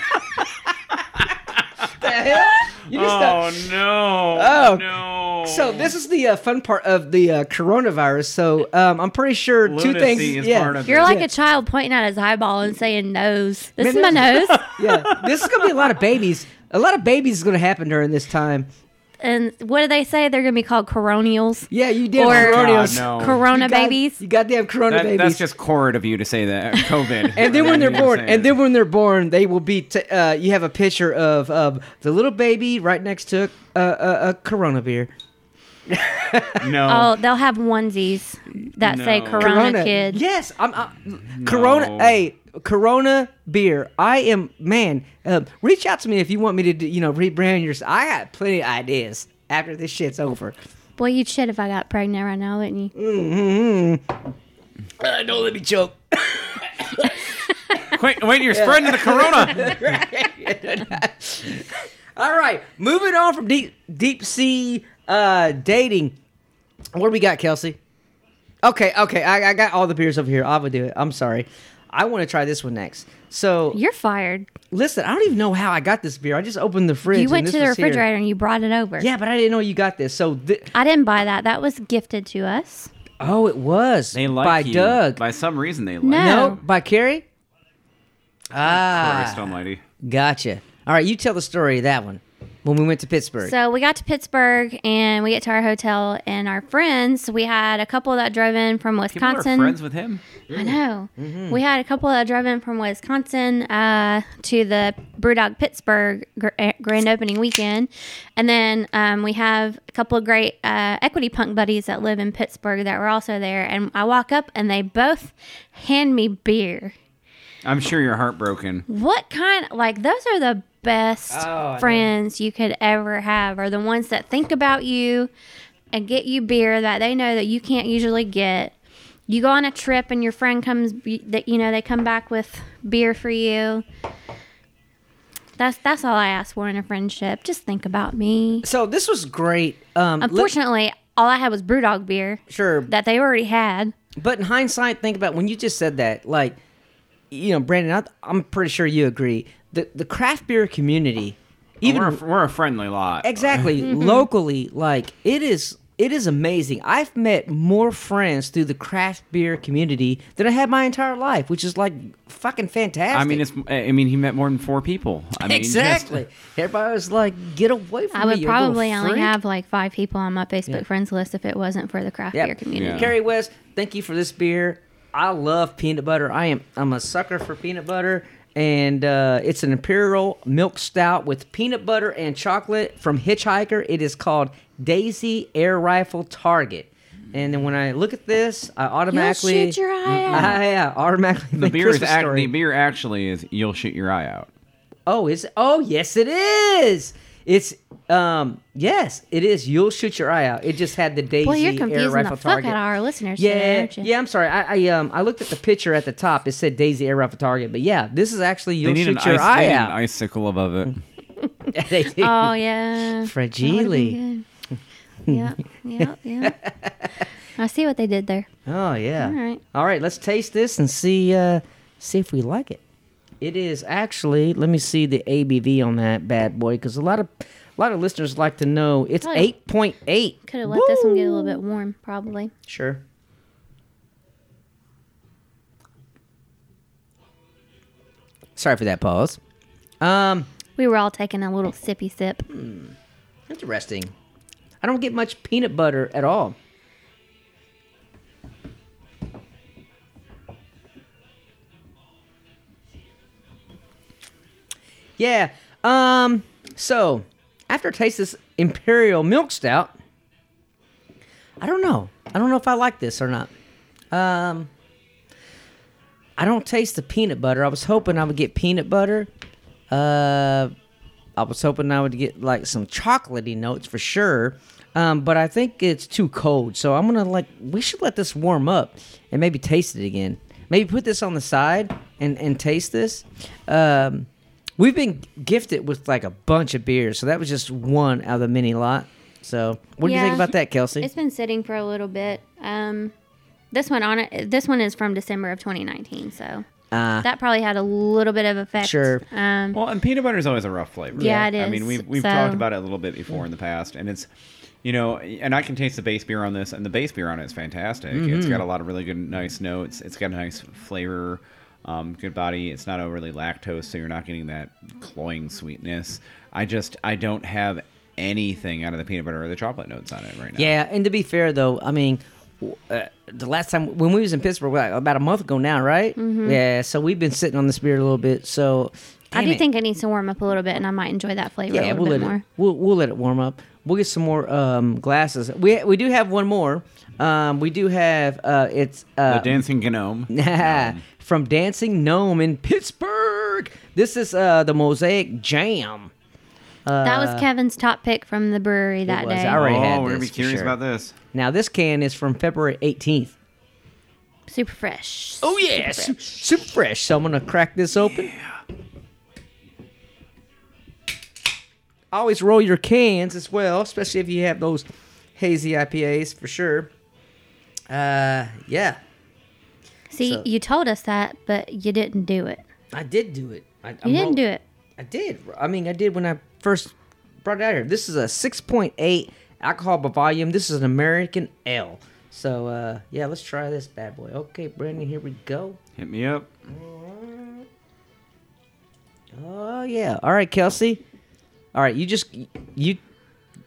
Speaker 3: hell? You just thought-
Speaker 4: Oh no.
Speaker 3: Oh.
Speaker 4: no.
Speaker 3: so this is the uh, fun part of the uh, coronavirus. So um, I'm pretty sure two
Speaker 4: Lunacy
Speaker 3: things.
Speaker 4: is
Speaker 3: yeah,
Speaker 4: part of
Speaker 5: You're
Speaker 4: it.
Speaker 5: like a child pointing at his eyeball and saying nose. This is my
Speaker 3: Man,
Speaker 5: nose.
Speaker 3: yeah. This is gonna be a lot of babies. A lot of babies is gonna happen during this time.
Speaker 5: And what do they say? They're going to be called coronials.
Speaker 3: Yeah, you did. Oh
Speaker 5: Or-
Speaker 3: coronavirus.
Speaker 4: God, no.
Speaker 5: Corona
Speaker 3: You guys-
Speaker 5: babies.
Speaker 3: You goddamn corona
Speaker 4: That-
Speaker 3: babies.
Speaker 4: That's just horrid of you to say that. COVID.
Speaker 3: and then when they're
Speaker 4: You're
Speaker 3: born,
Speaker 4: saying
Speaker 3: and then when they're born, they will be. T- uh, you have a picture of um, the little baby right next to a, a, a, a Corona beer.
Speaker 4: no.
Speaker 5: Oh, they'll have onesies that say
Speaker 4: No.
Speaker 5: corona, kid.
Speaker 3: Yes, I'm. I'm Corona. Hey, Corona beer. I am man. Um, reach out to me if you want me to. do- You know, rebrand yours. I got plenty of ideas after this shit's over.
Speaker 5: Boy, you'd shit if I got pregnant right now, wouldn't
Speaker 3: Mm.
Speaker 5: you?
Speaker 3: Uh, don't let me choke.
Speaker 4: Wait, wait, you're spreading the corona.
Speaker 3: All right, moving on from deep deep sea uh, dating. What do we got, Kelsey? Okay, okay, I, I got all the beers over here. I would do it. I'm sorry. I want to try this one next. So
Speaker 5: You're fired.
Speaker 3: listen, I don't even know how I got this beer. I just opened the fridge.
Speaker 5: You went
Speaker 3: and this
Speaker 5: to the
Speaker 3: was here.
Speaker 5: refrigerator and you brought it over.
Speaker 3: Yeah, but I didn't know you got this. So thi-
Speaker 5: I didn't buy that. That was gifted to us.
Speaker 3: oh, it was
Speaker 4: They like
Speaker 3: by
Speaker 4: you.
Speaker 3: Doug.
Speaker 4: By some reason, they like
Speaker 5: No.
Speaker 4: you.
Speaker 3: no, by Carrie.
Speaker 4: Christ almighty.
Speaker 3: Gotcha. All right, you tell the story of that one when we went to Pittsburgh.
Speaker 5: So we got to Pittsburgh and we get to our hotel and our friends. We had a couple that drove in from
Speaker 4: People are
Speaker 5: Wisconsin.
Speaker 4: friends Mm-hmm. with him.
Speaker 5: I know. We had a couple that drove in from Wisconsin uh, to the Brewdog Pittsburgh gr- eh, grand opening weekend. And then um, we have a couple of great uh, equity punk buddies that live in Pittsburgh that were also there. And I walk up and they both hand me beer.
Speaker 4: I'm sure you're heartbroken.
Speaker 5: What kind? Like, those are the best
Speaker 3: Oh, I know.
Speaker 5: friends you could ever have, are the ones that think about you and get you beer that they know that you can't usually get. You go on a trip and your friend comes y- that you know they come back with beer for you. That's that's all I ask for in a friendship. Just think about me.
Speaker 3: So this was great. Um, let-
Speaker 5: Unfortunately, all I had was BrewDog beer
Speaker 3: sure,
Speaker 5: that they already had.
Speaker 3: But in hindsight, think about when you just said that, like, you know, Brandon, I, I'm pretty sure you agree. The the craft beer community, even
Speaker 4: we're, a, we're a friendly lot.
Speaker 3: exactly locally, like it is it is amazing. I've met more friends through the craft beer community than I had my entire life, which is like fucking fantastic.
Speaker 4: I mean, it's. I mean, he met more than four people. I mean, just-
Speaker 3: exactly. Everybody was like, "Get away from
Speaker 5: I
Speaker 3: me!"
Speaker 5: would
Speaker 3: you little
Speaker 5: probably only
Speaker 3: freak."
Speaker 5: have like five people on my Facebook friends list if it wasn't for the craft
Speaker 3: Yep.
Speaker 5: beer community.
Speaker 4: Yeah.
Speaker 3: Carrie West, thank you for this beer. I love peanut butter. I am I'm a sucker for peanut butter. And uh, it's an imperial milk stout with peanut butter and chocolate from Hitchhiker. It is called Daisy Air Rifle Target. And then when I look at this, I automatically
Speaker 5: shoot your eye out.
Speaker 3: I, yeah, automatically
Speaker 4: the
Speaker 3: think
Speaker 4: beer is
Speaker 3: Christmas
Speaker 4: ac-
Speaker 3: story.
Speaker 4: the beer actually is you'll shoot your eye out.
Speaker 3: Oh, is oh yes, it is. It's um yes, it is. You'll shoot your eye out. It just had the Daisy
Speaker 5: Well, you're
Speaker 3: Air
Speaker 5: confusing the
Speaker 3: Rifle
Speaker 5: fuck
Speaker 3: Target.
Speaker 5: out of our listeners.
Speaker 3: Yeah,
Speaker 5: today, aren't you?
Speaker 3: yeah. I'm sorry. I, I um I looked at the picture at the top. It said Daisy Air Rifle Target, but yeah, this is actually
Speaker 4: They
Speaker 3: you'll
Speaker 4: need, an
Speaker 3: shoot your
Speaker 4: ice, they
Speaker 3: eye
Speaker 4: need an
Speaker 3: out.
Speaker 4: icicle above it.
Speaker 3: They do.
Speaker 5: Oh yeah. Oh,
Speaker 3: Fragile.
Speaker 5: Yeah, yeah, yeah. I see what they did there.
Speaker 3: Oh yeah. All
Speaker 5: right.
Speaker 3: All right. Let's taste this and see uh see if we like it. It is actually. Let me see the ABV on that bad boy because a lot of a lot of listeners like to know. It's
Speaker 5: Oh, yeah.
Speaker 3: eight point eight.
Speaker 5: Could have let this one get a little bit warm, probably.
Speaker 3: Sure. Sorry for that pause. Um.
Speaker 5: We were all taking a little sippy sip.
Speaker 3: Interesting. I don't get much peanut butter at all. Yeah. Um. So, after I taste this imperial milk stout, I don't know. I don't know if I like this or not. Um. I don't taste the peanut butter. I was hoping I would get peanut butter. Uh. I was hoping I would get like some chocolatey notes for sure. Um, but I think it's too cold. So I'm gonna like we should let this warm up and maybe taste it again. Maybe put this on the side and, and taste this. Um, we've been gifted with like a bunch of beers, so that was just one out of the mini lot. So what do you
Speaker 5: Yeah.
Speaker 3: think about that, Kelsey?
Speaker 5: It's been sitting for a little bit. Um, this one on it. This one is from December of 2019, so
Speaker 3: Ah.
Speaker 5: that probably had a little bit of effect.
Speaker 3: Sure.
Speaker 5: Um,
Speaker 4: Well, and peanut butter is always a rough flavor.
Speaker 5: Yeah, it
Speaker 4: I mean,
Speaker 5: is.
Speaker 4: we've, we've
Speaker 5: So-
Speaker 4: talked about it a little bit before in the past, and it's, you know, and I can taste the base beer on this, and the base beer on it is fantastic.
Speaker 3: Mm-hmm.
Speaker 4: It's got a lot of really good, nice notes. It's got a nice flavor, um, good body. It's not overly lactose, so you're not getting that cloying sweetness. I just, I don't have anything out of the peanut butter or the chocolate notes on it right now.
Speaker 3: Yeah, and to be fair though, I mean, w- uh, the last time when we was in Pittsburgh, like, about a month ago now, right? Yeah, so we've been sitting on this beer a little bit. So
Speaker 5: Mm-hmm. I
Speaker 3: damn
Speaker 5: do
Speaker 3: it.
Speaker 5: think it needs to warm up a little bit, and I might enjoy that flavor a little
Speaker 3: we'll let
Speaker 5: bit more.
Speaker 3: It, we'll, we'll let it warm up. We'll get some more um, glasses. We we do have one more. Um, we do have uh, it's
Speaker 4: The
Speaker 3: uh,
Speaker 4: dancing gnome.
Speaker 3: from Dancing Gnome in Pittsburgh. This is uh, the Mosaic Jam.
Speaker 5: that was Kevin's top pick from the brewery that
Speaker 3: uh, was.
Speaker 5: day.
Speaker 3: I already
Speaker 4: oh,
Speaker 3: had
Speaker 4: we're gonna
Speaker 3: this
Speaker 4: be
Speaker 3: for
Speaker 4: curious
Speaker 3: sure.
Speaker 4: about this.
Speaker 3: Now this can is from February 18th.
Speaker 5: Super fresh.
Speaker 3: Oh yeah, su- super fresh. So I'm gonna crack this open. Always roll your cans as well, especially if you have those hazy IPAs for sure. Uh, yeah,
Speaker 5: See,
Speaker 3: So-
Speaker 5: you told us that, but you didn't do it.
Speaker 3: I did do it. I,
Speaker 5: You didn't do it.
Speaker 3: I did. I mean, I did when I first brought it out here. This is a 6.8 alcohol by volume. This is an American ale. So uh, yeah, let's try this bad boy. Okay, Brandon, here we go.
Speaker 4: Hit me up.
Speaker 3: Oh yeah. All right, Kelsey. All right, you just you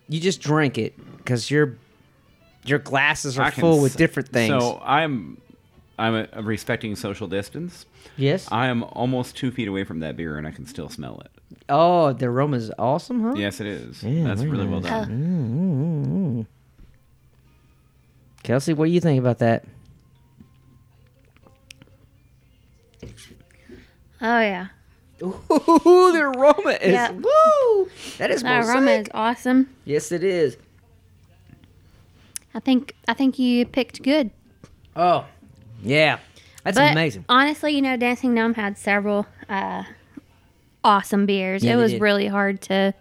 Speaker 3: you just drink it because your your glasses are
Speaker 4: I can
Speaker 3: full with
Speaker 4: s-
Speaker 3: different things.
Speaker 4: So I'm I'm uh respecting social distance.
Speaker 3: yes.
Speaker 4: I am almost two feet away from that beer, and I can still smell it.
Speaker 3: oh, the aroma's awesome, huh?
Speaker 4: Yes, it is.
Speaker 3: Yeah,
Speaker 4: That's
Speaker 3: very
Speaker 4: really well
Speaker 5: nice.
Speaker 4: done.
Speaker 3: Kelsey, what do you think about that?
Speaker 5: Oh yeah,
Speaker 3: Ooh, the aroma is
Speaker 5: Yeah.
Speaker 3: woo. That is
Speaker 5: that
Speaker 3: mosaic.
Speaker 5: aroma is awesome.
Speaker 3: Yes, it is.
Speaker 5: I think I think you picked good.
Speaker 3: Oh, yeah. That's
Speaker 5: But
Speaker 3: amazing.
Speaker 5: Honestly, you know, Dancing Gnome had several uh, awesome beers.
Speaker 3: Yeah,
Speaker 5: it
Speaker 3: they
Speaker 5: was
Speaker 3: did.
Speaker 5: really hard to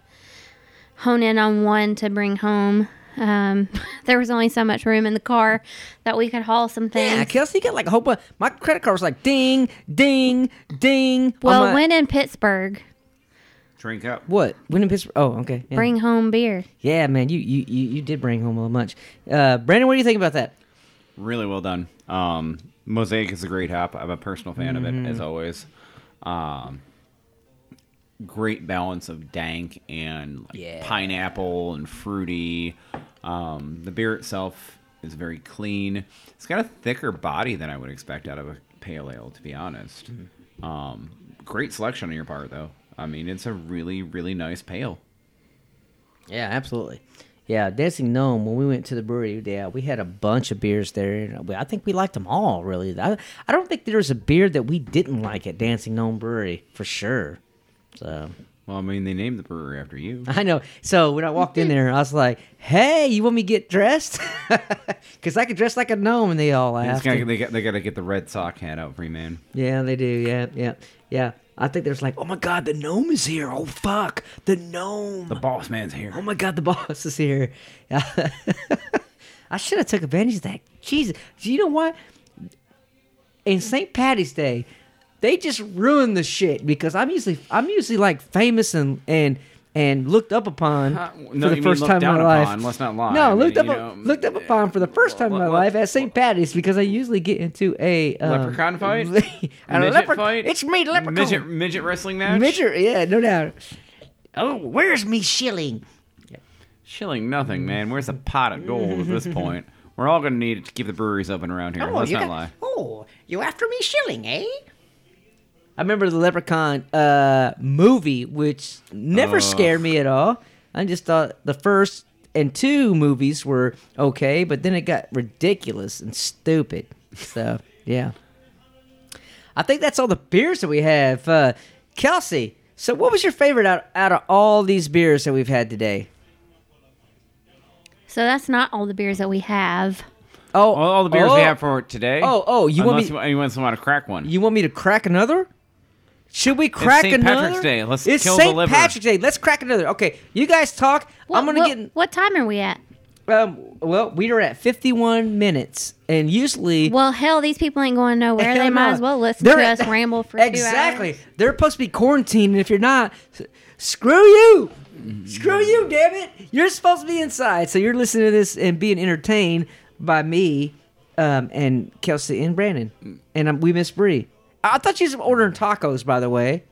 Speaker 5: hone in on one to bring home. Um, there was only so much room in the car that we could haul some things.
Speaker 3: Yeah, Kelsey got like a whole bunch. My credit card was like ding, ding, ding. on
Speaker 5: well,
Speaker 3: my-
Speaker 5: when in Pittsburgh,
Speaker 4: Drink up.
Speaker 3: what? When in Pittsburgh? Oh, okay. Yeah.
Speaker 5: bring home beer.
Speaker 3: Yeah, man, you you you, you did bring home a bunch. Uh, Brandon, what do you think about that?
Speaker 4: Really well done. Um, Mosaic is a great hop. I'm a personal fan of it, as always. Um, great balance of dank and like,
Speaker 3: Yeah.
Speaker 4: pineapple and fruity. Um, the beer itself is very clean. It's got a thicker body than I would expect out of a pale ale, to be honest. Um, great selection on your part, though. I mean, it's a really, really nice pale.
Speaker 3: Yeah, absolutely. Yeah, Dancing Gnome. When we went to the brewery, yeah, we had a bunch of beers there. and we- I think we liked them all. Really, I, I don't think there was a beer that we didn't like at Dancing Gnome Brewery for sure. So
Speaker 4: Well, I mean, they named the brewery after you.
Speaker 3: I know. So when I walked in there, I was like, "Hey, you want me to get dressed? Because I could dress like a gnome." And they all
Speaker 4: It's
Speaker 3: laughed.
Speaker 4: gotta- they got, they got to get the red sock hat out for you, man.
Speaker 3: Yeah, they do. Yeah, yeah, yeah. I think there's like, "Oh my God, the gnome is here! Oh fuck, the gnome!"
Speaker 4: The boss man's here.
Speaker 3: Oh my God, the boss is here. I should have took advantage of that. Jesus, you know what? In St. Patty's Day, they just ruined the shit because I'm usually I'm usually like famous and and and looked up upon
Speaker 4: Huh?
Speaker 3: for
Speaker 4: No,
Speaker 3: the
Speaker 4: you mean
Speaker 3: first
Speaker 4: looked
Speaker 3: time in my
Speaker 4: down
Speaker 3: life.
Speaker 4: upon. Let's not lie.
Speaker 3: No,
Speaker 4: I
Speaker 3: looked
Speaker 4: mean,
Speaker 3: up
Speaker 4: you know,
Speaker 3: looked up upon for the first time in my
Speaker 4: what-
Speaker 3: life at St. Patty's because I usually get into a um,
Speaker 4: Leprechaun fight?
Speaker 3: and a
Speaker 4: Midget
Speaker 3: leprechaun.
Speaker 4: fight?
Speaker 3: It's me, the leprechaun.
Speaker 4: Midget, midget wrestling match?
Speaker 3: Midget, yeah, no doubt. Oh, where's me shilling?
Speaker 4: Shilling nothing, man. Where's the pot of gold at this point? We're all going to need it to keep the breweries open around here. Let's
Speaker 3: you
Speaker 4: not
Speaker 3: got-
Speaker 4: lie.
Speaker 3: Oh, you after me shilling, eh? I remember the Leprechaun uh, movie, which never scared me at all. I just thought the first and two movies were okay, but then it got ridiculous and stupid. So, yeah. I think that's all the beers that we have. Uh, Kelsey, so what was your favorite out, out of all these beers that we've had today?
Speaker 5: So that's not all the beers that we have.
Speaker 3: Oh,
Speaker 4: All, all the beers we
Speaker 3: oh,
Speaker 4: have for today.
Speaker 3: Oh, oh, you want
Speaker 4: Unless
Speaker 3: me-
Speaker 4: You, you want someone to crack one?
Speaker 3: You want me to crack another? Should we crack
Speaker 4: St.
Speaker 3: another?
Speaker 4: Patrick's Day. Let's
Speaker 3: it's
Speaker 4: kill the
Speaker 3: St.
Speaker 4: liver.
Speaker 3: Patrick's Day. Let's crack another. Okay, you guys talk.
Speaker 5: What,
Speaker 3: I'm gonna
Speaker 5: what,
Speaker 3: get.
Speaker 5: What time are we at?
Speaker 3: Um, well, we are at 51 minutes, and usually.
Speaker 5: Well, hell, these people ain't going nowhere.
Speaker 3: Hell
Speaker 5: They might
Speaker 3: no.
Speaker 5: as well listen
Speaker 3: They're
Speaker 5: to
Speaker 3: at
Speaker 5: us
Speaker 3: the-
Speaker 5: ramble for
Speaker 3: exactly.
Speaker 5: Two hours.
Speaker 3: They're supposed to be quarantined, and if you're not, s- screw you. Screw you, damn it. You're supposed to be inside, so you're listening to this and being entertained by me um, and Kelsey and Brandon. And um, we miss Bree. I I thought you was ordering tacos, by the way,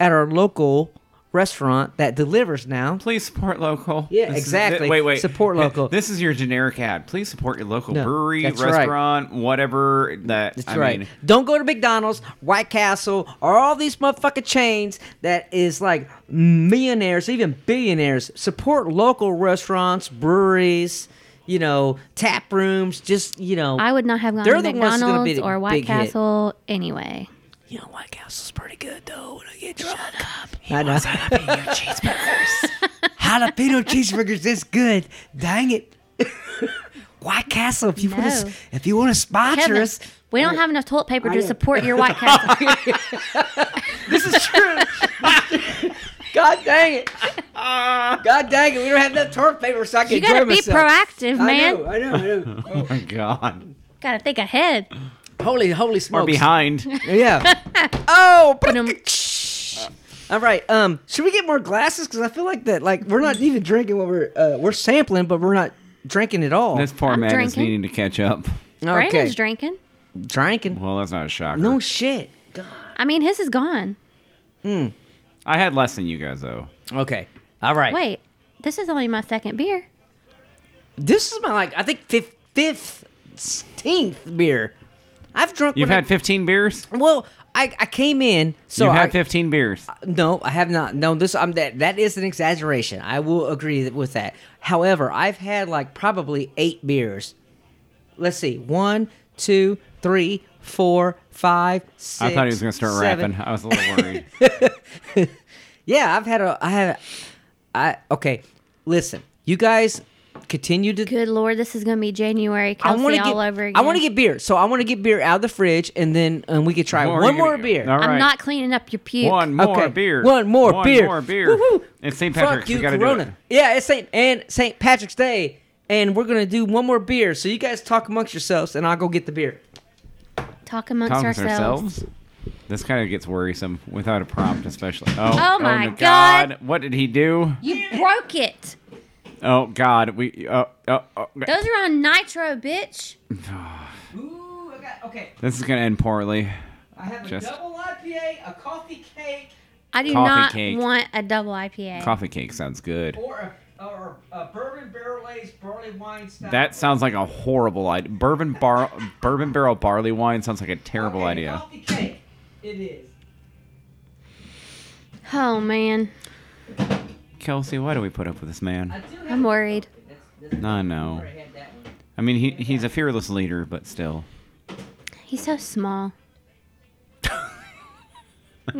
Speaker 3: at our local restaurant that delivers now.
Speaker 4: Please support local.
Speaker 3: Yeah,
Speaker 4: This is-
Speaker 3: exactly.
Speaker 4: wait, wait.
Speaker 3: Support local.
Speaker 4: This is your generic ad. Please support your local
Speaker 3: No,
Speaker 4: brewery,
Speaker 3: that's right.
Speaker 4: restaurant, whatever. That
Speaker 3: That's
Speaker 4: I
Speaker 3: right.
Speaker 4: mean,
Speaker 3: Don't go to McDonald's, White Castle, or all these motherfucking chains that is like millionaires, even billionaires. Support local restaurants, breweries, you know, tap rooms. Just you know,
Speaker 5: I would not have gone
Speaker 3: They're
Speaker 5: to
Speaker 3: the ones that's gonna be
Speaker 5: McDonald's
Speaker 3: the
Speaker 5: or
Speaker 3: big
Speaker 5: White
Speaker 3: hit.
Speaker 5: Castle anyway.
Speaker 3: you know, White Castle's pretty good though. When I get drunk, I know. jalapeno cheeseburgers. jalapeno cheeseburgers is good. Dang it. White Castle, if you want
Speaker 5: No.
Speaker 3: to, if you want to sponsor
Speaker 5: Kevin,
Speaker 3: us,
Speaker 5: we don't have enough toilet paper to support your White Castle.
Speaker 3: This is true. God dang it. God dang it. We don't have enough toilet paper, so I can
Speaker 5: you gotta
Speaker 3: enjoy
Speaker 5: be
Speaker 3: myself.
Speaker 5: proactive,
Speaker 3: I
Speaker 5: man.
Speaker 3: know, I know, I know.
Speaker 4: oh my god.
Speaker 5: Gotta think ahead.
Speaker 3: Holy, holy smokes.
Speaker 4: Or behind.
Speaker 3: Yeah. oh, but
Speaker 5: Put 'em-
Speaker 3: all right. Um, should we get more glasses? Because I feel like that. Like we're not even drinking what we're uh, we're sampling, but we're not drinking at all.
Speaker 4: this poor
Speaker 5: I'm
Speaker 4: man is
Speaker 5: drinking.
Speaker 4: needing to catch up.
Speaker 5: Brandon's drinking.
Speaker 3: drinking.
Speaker 4: Well, that's not a shocker.
Speaker 3: No shit.
Speaker 5: I mean, his is gone.
Speaker 4: I had less than you guys though.
Speaker 3: Okay. All right.
Speaker 5: Wait, this is only my second beer.
Speaker 3: This is my like I think fifth, fifteenth beer. I've drunk.
Speaker 4: You've
Speaker 3: when I-
Speaker 4: had 15 beers.
Speaker 3: well, I, I came in so
Speaker 4: You've
Speaker 3: I Uh,
Speaker 4: had 15 beers.
Speaker 3: no, I have not. No, this I'm that that is an exaggeration. I will agree that- with that. However, I've had like probably eight beers. Let's see, one, two, three, four, five, six.
Speaker 4: I thought he was gonna start
Speaker 3: seven.
Speaker 4: rapping. I was a little worried.
Speaker 3: Yeah, I've had a. I have. I okay. Listen, you guys continue to
Speaker 5: Good lord, this is gonna be January
Speaker 3: I
Speaker 5: Kelsey
Speaker 3: want to get.
Speaker 5: all over again.
Speaker 3: I want to get beer. So I want to get beer out of the fridge, and then and we could try
Speaker 4: What are
Speaker 3: one
Speaker 4: you gonna
Speaker 3: more
Speaker 4: do?
Speaker 3: beer.
Speaker 4: All
Speaker 5: I'm
Speaker 4: right.
Speaker 5: not cleaning up your puke.
Speaker 4: One more
Speaker 3: Okay.
Speaker 4: beer.
Speaker 3: One more beer.
Speaker 4: One more beer.
Speaker 3: Woohoo.
Speaker 4: It's St.
Speaker 3: Fuck
Speaker 4: Patrick's.
Speaker 3: you,
Speaker 4: we gotta do
Speaker 3: Corona.
Speaker 4: it.
Speaker 3: Yeah, it's Saint and Saint Patrick's Day, and we're gonna do one more beer. So you guys talk amongst yourselves, and I'll go get the beer.
Speaker 5: Talk amongst
Speaker 4: Talking
Speaker 5: ourselves.
Speaker 4: ourselves. This kind of gets worrisome without a prompt, especially. Oh,
Speaker 5: Oh my
Speaker 4: What did he do?
Speaker 5: You broke it.
Speaker 4: Oh God, we. Oh, oh, oh.
Speaker 5: Those are on nitro, bitch.
Speaker 3: Ooh, I got, okay.
Speaker 4: This is gonna end poorly.
Speaker 3: I have
Speaker 4: a Just- double
Speaker 3: IPA, a coffee cake,
Speaker 5: I do
Speaker 4: Coffee
Speaker 5: not
Speaker 4: cake.
Speaker 5: want a double IPA.
Speaker 4: Coffee cake sounds good.
Speaker 3: or a, or a bourbon barrel aged barley wine style.
Speaker 4: That sounds like a horrible idea. Bourbon bar, bourbon barrel barley wine sounds like a terrible idea.
Speaker 3: Coffee cake. It is.
Speaker 5: Oh man,
Speaker 4: Kelsey, why do we put up with this man?
Speaker 5: I'm worried.
Speaker 4: I know. I mean, he he's a fearless leader, but still.
Speaker 5: He's so small.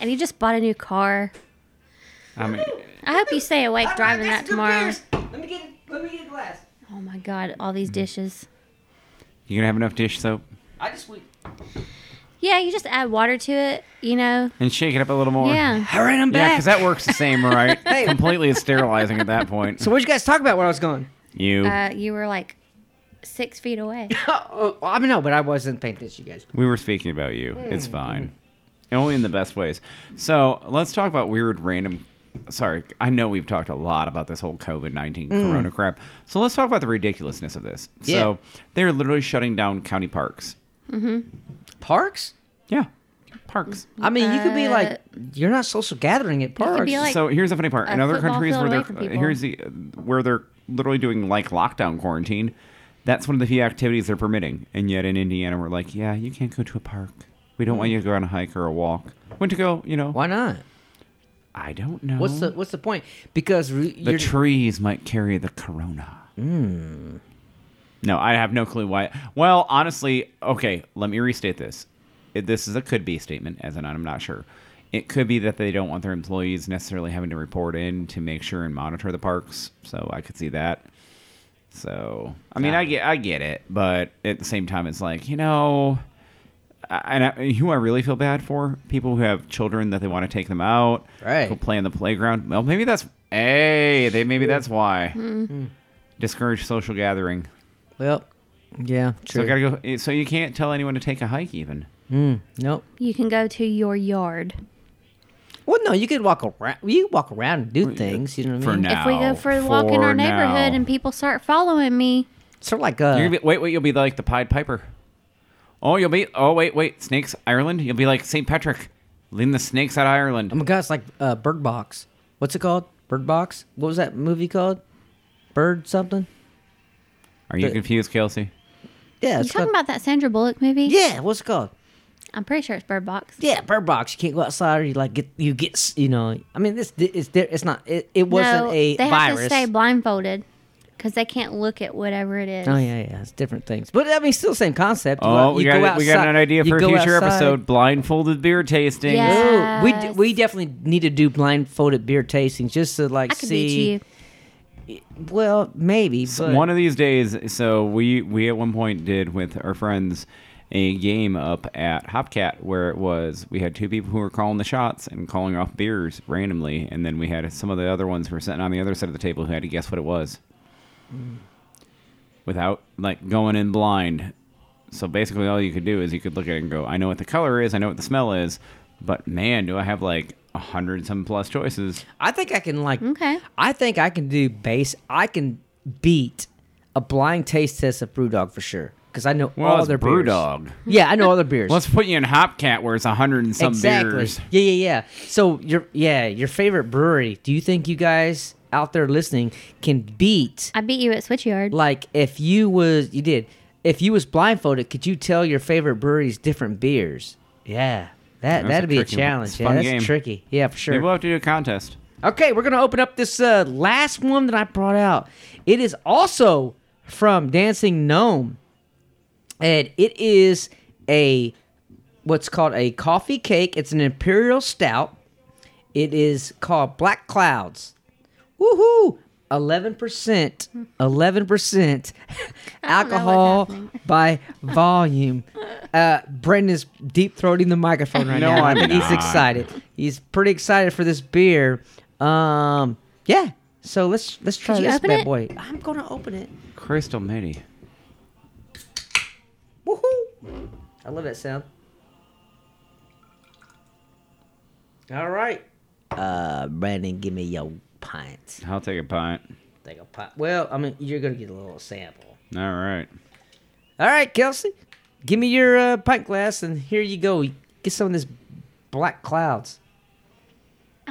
Speaker 5: and he just bought a new car.
Speaker 4: I mean,
Speaker 5: I hope you stay awake driving that tomorrow.
Speaker 3: Let me get let me get a glass.
Speaker 5: Oh my god, all these dishes.
Speaker 4: you gonna have enough dish soap
Speaker 3: I just went.
Speaker 5: Yeah, you just add water to it, you know?
Speaker 4: and shake it up a little more.
Speaker 5: Yeah.
Speaker 3: All right, I'm
Speaker 4: Yeah,
Speaker 3: back.
Speaker 4: because that works the same, right? Completely sterilizing at that point.
Speaker 3: so what you guys talk about while I was gone?
Speaker 4: you,
Speaker 5: Uh, you were like six feet away.
Speaker 3: Oh, oh, I mean, no, but I wasn't paying attention, you guys.
Speaker 4: we were speaking about you.
Speaker 5: Hmm.
Speaker 4: It's fine, only in the best ways. So let's talk about weird, random. Sorry, I know we've talked a lot about this whole COVID nineteen
Speaker 5: Hmm.
Speaker 4: Corona crap. So let's talk about the ridiculousness of this. So they're literally shutting down county parks.
Speaker 3: Parks?
Speaker 4: Yeah, parks.
Speaker 3: I mean, you could be like, you're not social gathering at parks.
Speaker 5: be like-
Speaker 4: so here's the funny part.
Speaker 5: a
Speaker 4: In other
Speaker 5: football
Speaker 4: countries
Speaker 5: field
Speaker 4: where
Speaker 5: away
Speaker 4: they're
Speaker 5: from people.
Speaker 4: here's the where they're literally doing like lockdown quarantine. That's one of the few activities they're permitting. And yet in Indiana, we're like, yeah, you can't go to a park. We
Speaker 5: Hmm.
Speaker 4: don't want you to go on a hike or a walk. When to go? You know,
Speaker 3: Why not?
Speaker 4: I don't know.
Speaker 3: What's the What's the point? Because re-
Speaker 4: Mm-hmm. the
Speaker 3: you're, Hmm.
Speaker 4: trees might carry the corona. No, I have no clue why. Well, honestly, okay, let me restate this. It, this is a could be statement, as in I'm not sure. It could be that they don't want their employees necessarily having to report in to make sure and monitor the parks. So I could see that. So I mean, I get I get it, but at the same time, it's like you know, I, and I, and who I really feel bad for people who have children that they want to take them out,
Speaker 3: Right.
Speaker 4: Go play in the playground. Well, maybe that's hey, they maybe that's why
Speaker 3: Hmm.
Speaker 4: discourage social gathering.
Speaker 3: well, yeah, true.
Speaker 4: So I gotta go. eh, So you can't tell anyone to take a hike, even.
Speaker 3: nope.
Speaker 5: You can go to your yard.
Speaker 3: Well, no, you could walk around. You could walk around and do things. You know what I
Speaker 4: For
Speaker 3: mean?
Speaker 4: now,
Speaker 5: if we go for a walk in our
Speaker 4: For
Speaker 5: neighborhood
Speaker 4: now.
Speaker 5: and people start following me,
Speaker 3: Sort of like uh,
Speaker 4: You're gonna be, wait, wait, you'll be like the Pied Piper. Oh, you'll be. Oh, wait, wait. Snakes, Ireland. You'll be like St. Patrick, leading the snakes out of Ireland.
Speaker 3: oh my god, it's like uh, Bird Box. What's it called? Bird Box. What was that movie called? Bird something.
Speaker 4: Are you
Speaker 3: the-
Speaker 4: confused, Kelsey?
Speaker 3: Yeah,
Speaker 5: you
Speaker 3: it's
Speaker 5: talking
Speaker 3: called-
Speaker 5: about that Sandra Bullock movie?
Speaker 3: Yeah, what's it called?
Speaker 5: I'm pretty sure it's Bird Box.
Speaker 3: Yeah, Bird Box. You can't go outside, or you like get you get s- you know. I mean, this it's there. It's not. It, it wasn't
Speaker 5: no,
Speaker 3: a
Speaker 5: they
Speaker 3: virus.
Speaker 5: have to stay blindfolded because they can't look at whatever it is.
Speaker 3: Oh yeah, yeah, it's different things, but I mean, still same concept. You
Speaker 4: Oh,
Speaker 3: go-
Speaker 4: we
Speaker 3: you
Speaker 4: got,
Speaker 3: go
Speaker 4: we got
Speaker 3: outside-
Speaker 4: an idea
Speaker 3: you
Speaker 4: for a
Speaker 3: go
Speaker 4: future
Speaker 3: outside.
Speaker 4: episode: blindfolded beer tasting.
Speaker 5: Yeah.
Speaker 3: Ooh, we d-
Speaker 5: Yes.
Speaker 3: we definitely need to do blindfolded beer tastings just to like
Speaker 5: I could
Speaker 3: see.
Speaker 5: beat you.
Speaker 3: Well, maybe, but
Speaker 4: One of these days, so we we at one point did with our friends a game up at Hopcat where it was we had two people who were calling the shots and calling off beers randomly, and then we had some of the other ones who were sitting on the other side of the table who had to guess what it was
Speaker 3: Mm.
Speaker 4: without like going in blind. So basically, all you could do is you could look at it and go, "I know what the color is, I know what the smell is," but man, do I have like a hundred some plus choices.
Speaker 3: I think I can like.
Speaker 5: Okay.
Speaker 3: I think I can do base. I can beat a blind taste test of BrewDog for sure. because I know
Speaker 4: Well,
Speaker 3: all
Speaker 4: it's
Speaker 3: their
Speaker 4: brew
Speaker 3: beers.
Speaker 4: dog.
Speaker 3: Yeah, I know all their beers.
Speaker 4: Let's put you in Hopcat where it's a hundred and some
Speaker 3: exactly.
Speaker 4: beers.
Speaker 3: Yeah, yeah, yeah. So your yeah, your favorite brewery. Do you think you guys out there listening can beat
Speaker 5: I beat you at Switchyard.
Speaker 3: like if you was you did if you was blindfolded? Could you tell your favorite brewery's different beers? Yeah, that
Speaker 4: a
Speaker 3: that'd be a
Speaker 4: tricky one.
Speaker 3: challenge.
Speaker 4: It's a
Speaker 3: yeah,
Speaker 4: fun
Speaker 3: that's
Speaker 4: game.
Speaker 3: tricky. Yeah, for sure.
Speaker 4: Maybe we'll have to do a contest.
Speaker 3: Okay, we're gonna open up this uh, last one that I brought out. It is also from Dancing Gnome, and it is a what's called a coffee cake. It's an imperial stout. It is called Black Clouds. Woohoo! Eleven percent, eleven percent alcohol by volume. Uh, Brendan's deep throating the microphone right
Speaker 4: No,
Speaker 3: now.
Speaker 4: I'm
Speaker 3: He's
Speaker 4: not.
Speaker 3: excited. He's pretty excited for this beer. Um, yeah. So let's let's try
Speaker 5: Did you
Speaker 3: this
Speaker 5: open
Speaker 3: bad
Speaker 5: it?
Speaker 3: boy. I'm gonna open it.
Speaker 4: Crystal Mitty.
Speaker 3: Woohoo! I love that sound. All right. Uh, Brandon, give me your pint.
Speaker 4: I'll take a pint.
Speaker 3: Take a pint. Well, I mean, you're gonna get a little sample.
Speaker 4: All right.
Speaker 3: All right, Kelsey, give me your uh, pint glass, and here you go. Get some of this black clouds.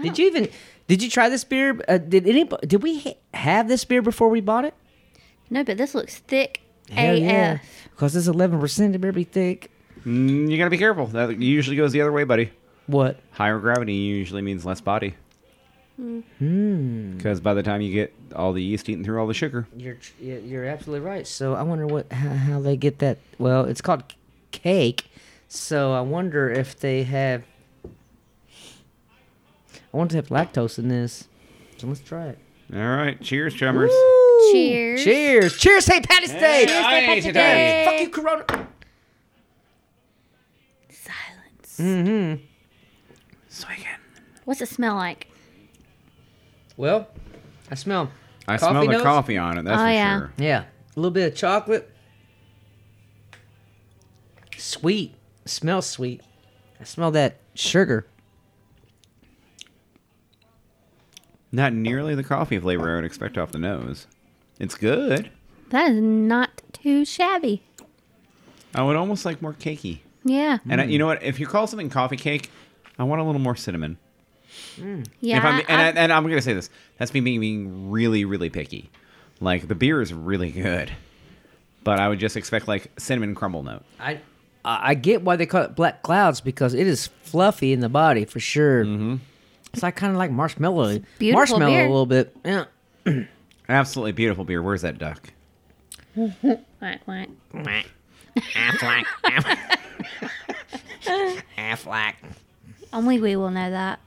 Speaker 3: Did you even? Did you try this beer? Uh, did any? Did we ha- have this beer before we bought it?
Speaker 5: No, but this looks thick
Speaker 3: Hell
Speaker 5: AF.
Speaker 3: yeah! Because it's eleven percent. It better be thick.
Speaker 4: Mm, you gotta be careful. That usually goes the other way, buddy.
Speaker 3: What?
Speaker 4: Higher gravity usually means less body.
Speaker 3: Hmm.
Speaker 4: Because by the time you get all the yeast eating through all the sugar,
Speaker 3: You're tr- you're you're absolutely right. So I wonder what how, how they get that. Well, it's called c- cake. So I wonder if they have. I want to have lactose in this. So let's try it.
Speaker 4: all right. Cheers, chummers.
Speaker 3: Woo!
Speaker 5: Cheers.
Speaker 3: Cheers! Cheers! Hey, Patty's Day!
Speaker 4: Yeah, I ain't today.
Speaker 3: Fuck you, Corona.
Speaker 5: Silence.
Speaker 3: Mm-hmm.
Speaker 4: Swinging.
Speaker 5: What's it smell like?
Speaker 3: Well, I smell.
Speaker 4: I
Speaker 3: Coffee
Speaker 4: smell the
Speaker 3: nose?
Speaker 4: coffee on it. That's
Speaker 5: Oh,
Speaker 4: for
Speaker 5: yeah.
Speaker 4: sure.
Speaker 3: Yeah, a little bit of chocolate. Sweet. Smells sweet. I smell that sugar.
Speaker 4: Not nearly the coffee flavor I would expect off the nose. It's good.
Speaker 5: That is not too shabby.
Speaker 4: I would almost like more cakey.
Speaker 5: Yeah.
Speaker 4: And
Speaker 3: Hmm.
Speaker 4: I, you know what? If you call something coffee cake, I want a little more cinnamon.
Speaker 5: Yeah.
Speaker 4: if I'm,
Speaker 5: I-
Speaker 4: and, I, and I'm gonna say this. That's me being, being really, really picky. Like the beer is really good, but I would just expect like cinnamon crumble note.
Speaker 3: I I I get why they call it black clouds because it is fluffy in the body for sure. Mm-hmm. It's like kind of like marshmallow,
Speaker 5: beautiful
Speaker 3: marshmallow
Speaker 5: beer.
Speaker 3: a little bit. Yeah.
Speaker 4: Absolutely beautiful beer. Where's that duck?
Speaker 5: Quack, quack.
Speaker 3: Affleck, Affleck.
Speaker 5: Only we will know that.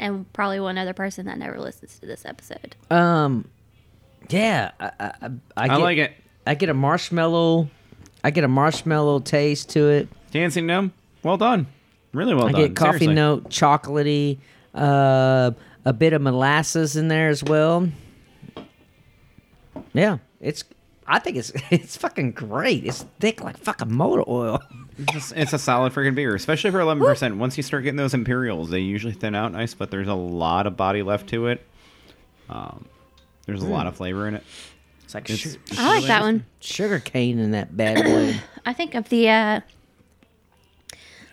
Speaker 5: And probably one other person that never listens to this episode.
Speaker 3: Um, yeah, I I, I,
Speaker 4: I
Speaker 3: get-
Speaker 4: like it.
Speaker 3: I get a marshmallow. I get a marshmallow taste to it.
Speaker 4: Dancing gnome. Well done. Really well
Speaker 3: I
Speaker 4: done.
Speaker 3: get coffee
Speaker 4: Seriously.
Speaker 3: note, chocolatey, uh, a bit of molasses in there as well. Yeah, it's. I think it's it's fucking great. It's thick like fucking motor oil.
Speaker 4: It's, it's a solid freaking beer, especially for 11%. Once you start getting those imperials, they usually thin out nice, but there's a lot of body left to it. Um, there's a lot of flavor in it.
Speaker 3: It's like
Speaker 4: It's-
Speaker 3: su-
Speaker 5: Hmm. I like that one.
Speaker 3: sugar cane in that bad boy.
Speaker 5: I think of the uh,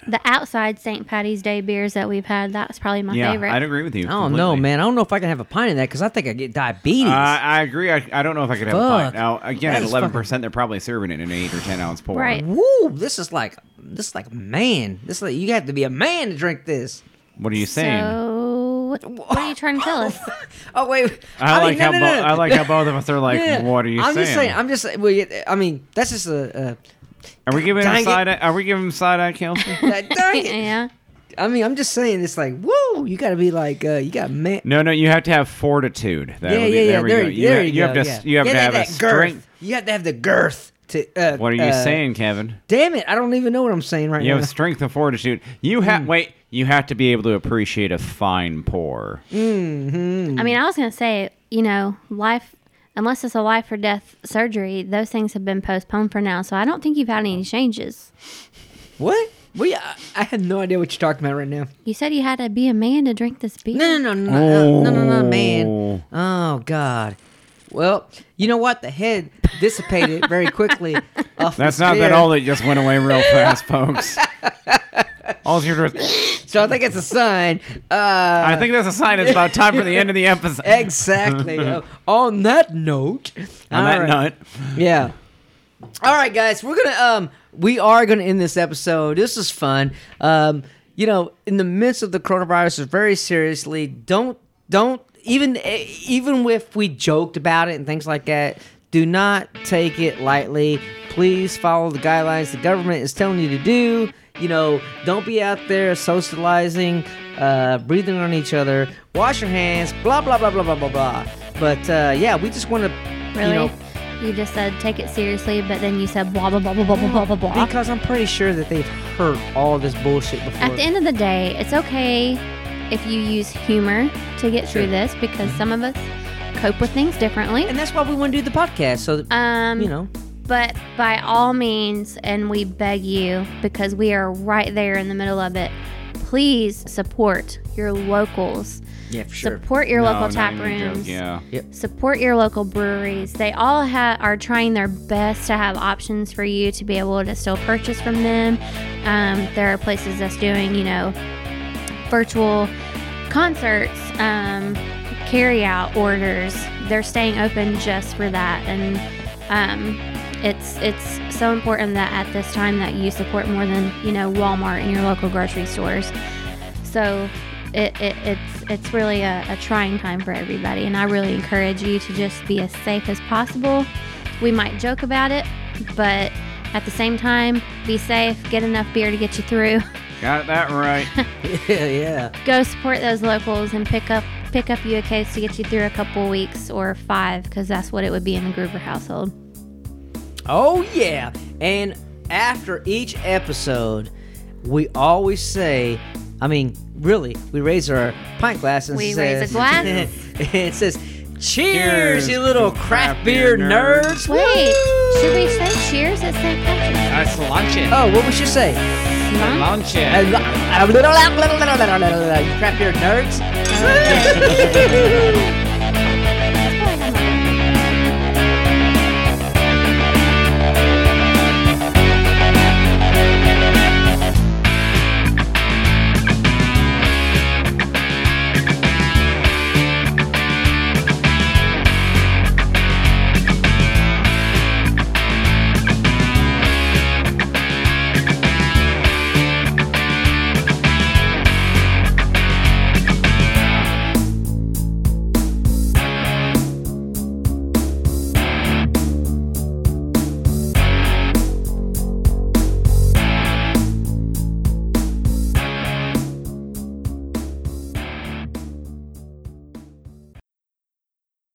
Speaker 5: the outside St. Patty's Day beers that we've had. That's probably my
Speaker 4: yeah,
Speaker 5: favorite.
Speaker 4: I'd agree with you.
Speaker 3: I don't know,
Speaker 4: completely.
Speaker 3: man. I don't know if I can have a pint of that because I think I get diabetes.
Speaker 4: Uh, I agree. I, I don't know if I could have a
Speaker 3: Fuck.
Speaker 4: pint. Now, again,
Speaker 3: That
Speaker 4: at
Speaker 3: is
Speaker 4: 11%, they're probably serving it in an 8 or 10 ounce pour.
Speaker 5: Right.
Speaker 3: Woo! This is like this is like man. This is like you have to be a man to drink this.
Speaker 4: What are you saying?
Speaker 5: So what, what are you trying to tell us?
Speaker 3: Oh wait,
Speaker 4: I,
Speaker 3: mean,
Speaker 4: like
Speaker 3: no,
Speaker 4: how
Speaker 3: no,
Speaker 4: bo-
Speaker 3: no, no.
Speaker 4: I like how both of us are like,
Speaker 3: Yeah.
Speaker 4: what are you
Speaker 3: I'm
Speaker 4: saying?
Speaker 3: just saying. I'm just. Well, yeah, I mean, that's just a. a
Speaker 4: are we giving
Speaker 3: Dang
Speaker 4: him
Speaker 3: it.
Speaker 4: side eye? Are we giving him side eye, Kelsey?
Speaker 3: that, dang it.
Speaker 5: yeah.
Speaker 3: I mean, I'm just saying. It's like, whoa, you got to be like, uh, you got man.
Speaker 4: No, no, you have to have fortitude. That
Speaker 3: yeah,
Speaker 4: would be,
Speaker 3: yeah,
Speaker 4: there
Speaker 3: yeah.
Speaker 4: we
Speaker 3: There,
Speaker 4: go.
Speaker 3: you-
Speaker 4: You,
Speaker 3: there
Speaker 4: have-
Speaker 3: you
Speaker 4: you have
Speaker 3: go,
Speaker 4: to,
Speaker 3: yeah.
Speaker 4: you have
Speaker 3: Yeah,
Speaker 4: to have a
Speaker 3: that
Speaker 4: strength.
Speaker 3: girth. You have to have the girth to. Uh,
Speaker 4: What are you
Speaker 3: uh,
Speaker 4: saying, Kevin?
Speaker 3: Damn it! I don't even know what I'm saying right
Speaker 4: You
Speaker 3: now.
Speaker 4: have strength and fortitude. You have
Speaker 3: Hmm.
Speaker 4: wait. You have to be able to appreciate a fine pour.
Speaker 5: I mean, I was going to say, you know, life, unless it's a life or death surgery, those things have been postponed for now. So I don't think you've had any changes.
Speaker 3: what? Well, yeah, I I have no idea what you're talking about right now.
Speaker 5: You said you had to be a man to drink this beer.
Speaker 3: No, no, no, Oh, no, no, no, no, no, man. Oh God. Well, you know what? The head, dissipated very quickly. off
Speaker 4: That's
Speaker 3: the
Speaker 4: not that
Speaker 3: spear.
Speaker 4: all that just went away real fast, folks. All you're just,
Speaker 3: So I think it's a sign. Uh,
Speaker 4: I think that's a sign. It's about time for the end of the episode.
Speaker 3: exactly. Uh, on that note.
Speaker 4: On that
Speaker 3: All right.
Speaker 4: note,
Speaker 3: Yeah. All right, guys, we're gonna um we are gonna end this episode. This is fun. Um, you know, in the midst of the coronavirus, very seriously, don't don't even eh, even if we joked about it and things like that, do not take it lightly. Please follow the guidelines the government is telling you to do. You know, don't be out there socializing, uh, breathing on each other, wash your hands, blah blah blah blah blah blah blah. But uh, yeah, we just want to
Speaker 5: Really?
Speaker 3: you
Speaker 5: You,
Speaker 3: know
Speaker 5: just said take it seriously, but then you said blah blah blah blah blah blah blah blah blah.
Speaker 3: Because I'm pretty sure that they've heard all this bullshit before.
Speaker 5: At the end of the day, it's okay if you use humor to get
Speaker 3: Sure.
Speaker 5: through this because some of us cope with things differently.
Speaker 3: and that's why we want to do the podcast, so that,
Speaker 5: Um,
Speaker 3: you know.
Speaker 5: but by all means, and we beg you because we are right there in the middle of it. Please support your locals.
Speaker 3: Yeah, for sure.
Speaker 5: Support your
Speaker 4: No,
Speaker 5: local
Speaker 4: not
Speaker 5: tap
Speaker 4: even a joke,
Speaker 5: rooms.
Speaker 4: Yeah.
Speaker 5: Support your local breweries. They all ha- are trying their best to have options for you to be able to still purchase from them. Um, there are places that's doing, you know, virtual concerts, um, carry out orders. They're staying open just for that. And um, it's, it's so important that at this time that you support more than, you know, Walmart and your local grocery stores. So it, it, it's it's really a, a trying time for everybody, and I really encourage you to just be as safe as possible. We might joke about it, but at the same time, be safe. Get enough beer to get you through.
Speaker 4: Got that right.
Speaker 3: yeah, yeah.
Speaker 5: Go support those locals and pick up pick up you a case to get you through a couple weeks or five, because that's what it would be in the Gruber household.
Speaker 3: Oh yeah. And after each episode, we always say, I mean, really, we raise our pint glass and
Speaker 5: We
Speaker 3: says,
Speaker 5: raise a glass.
Speaker 3: it says, "Cheers,
Speaker 4: Cheers,
Speaker 3: you little
Speaker 4: you
Speaker 3: craft beer nerds!"
Speaker 5: Wait, should we say cheers at St. Patrick's?
Speaker 4: That's lunch it.
Speaker 3: Oh, what we should say?
Speaker 5: Month?
Speaker 4: Lunch it.
Speaker 3: Uh, Craft beer nerds.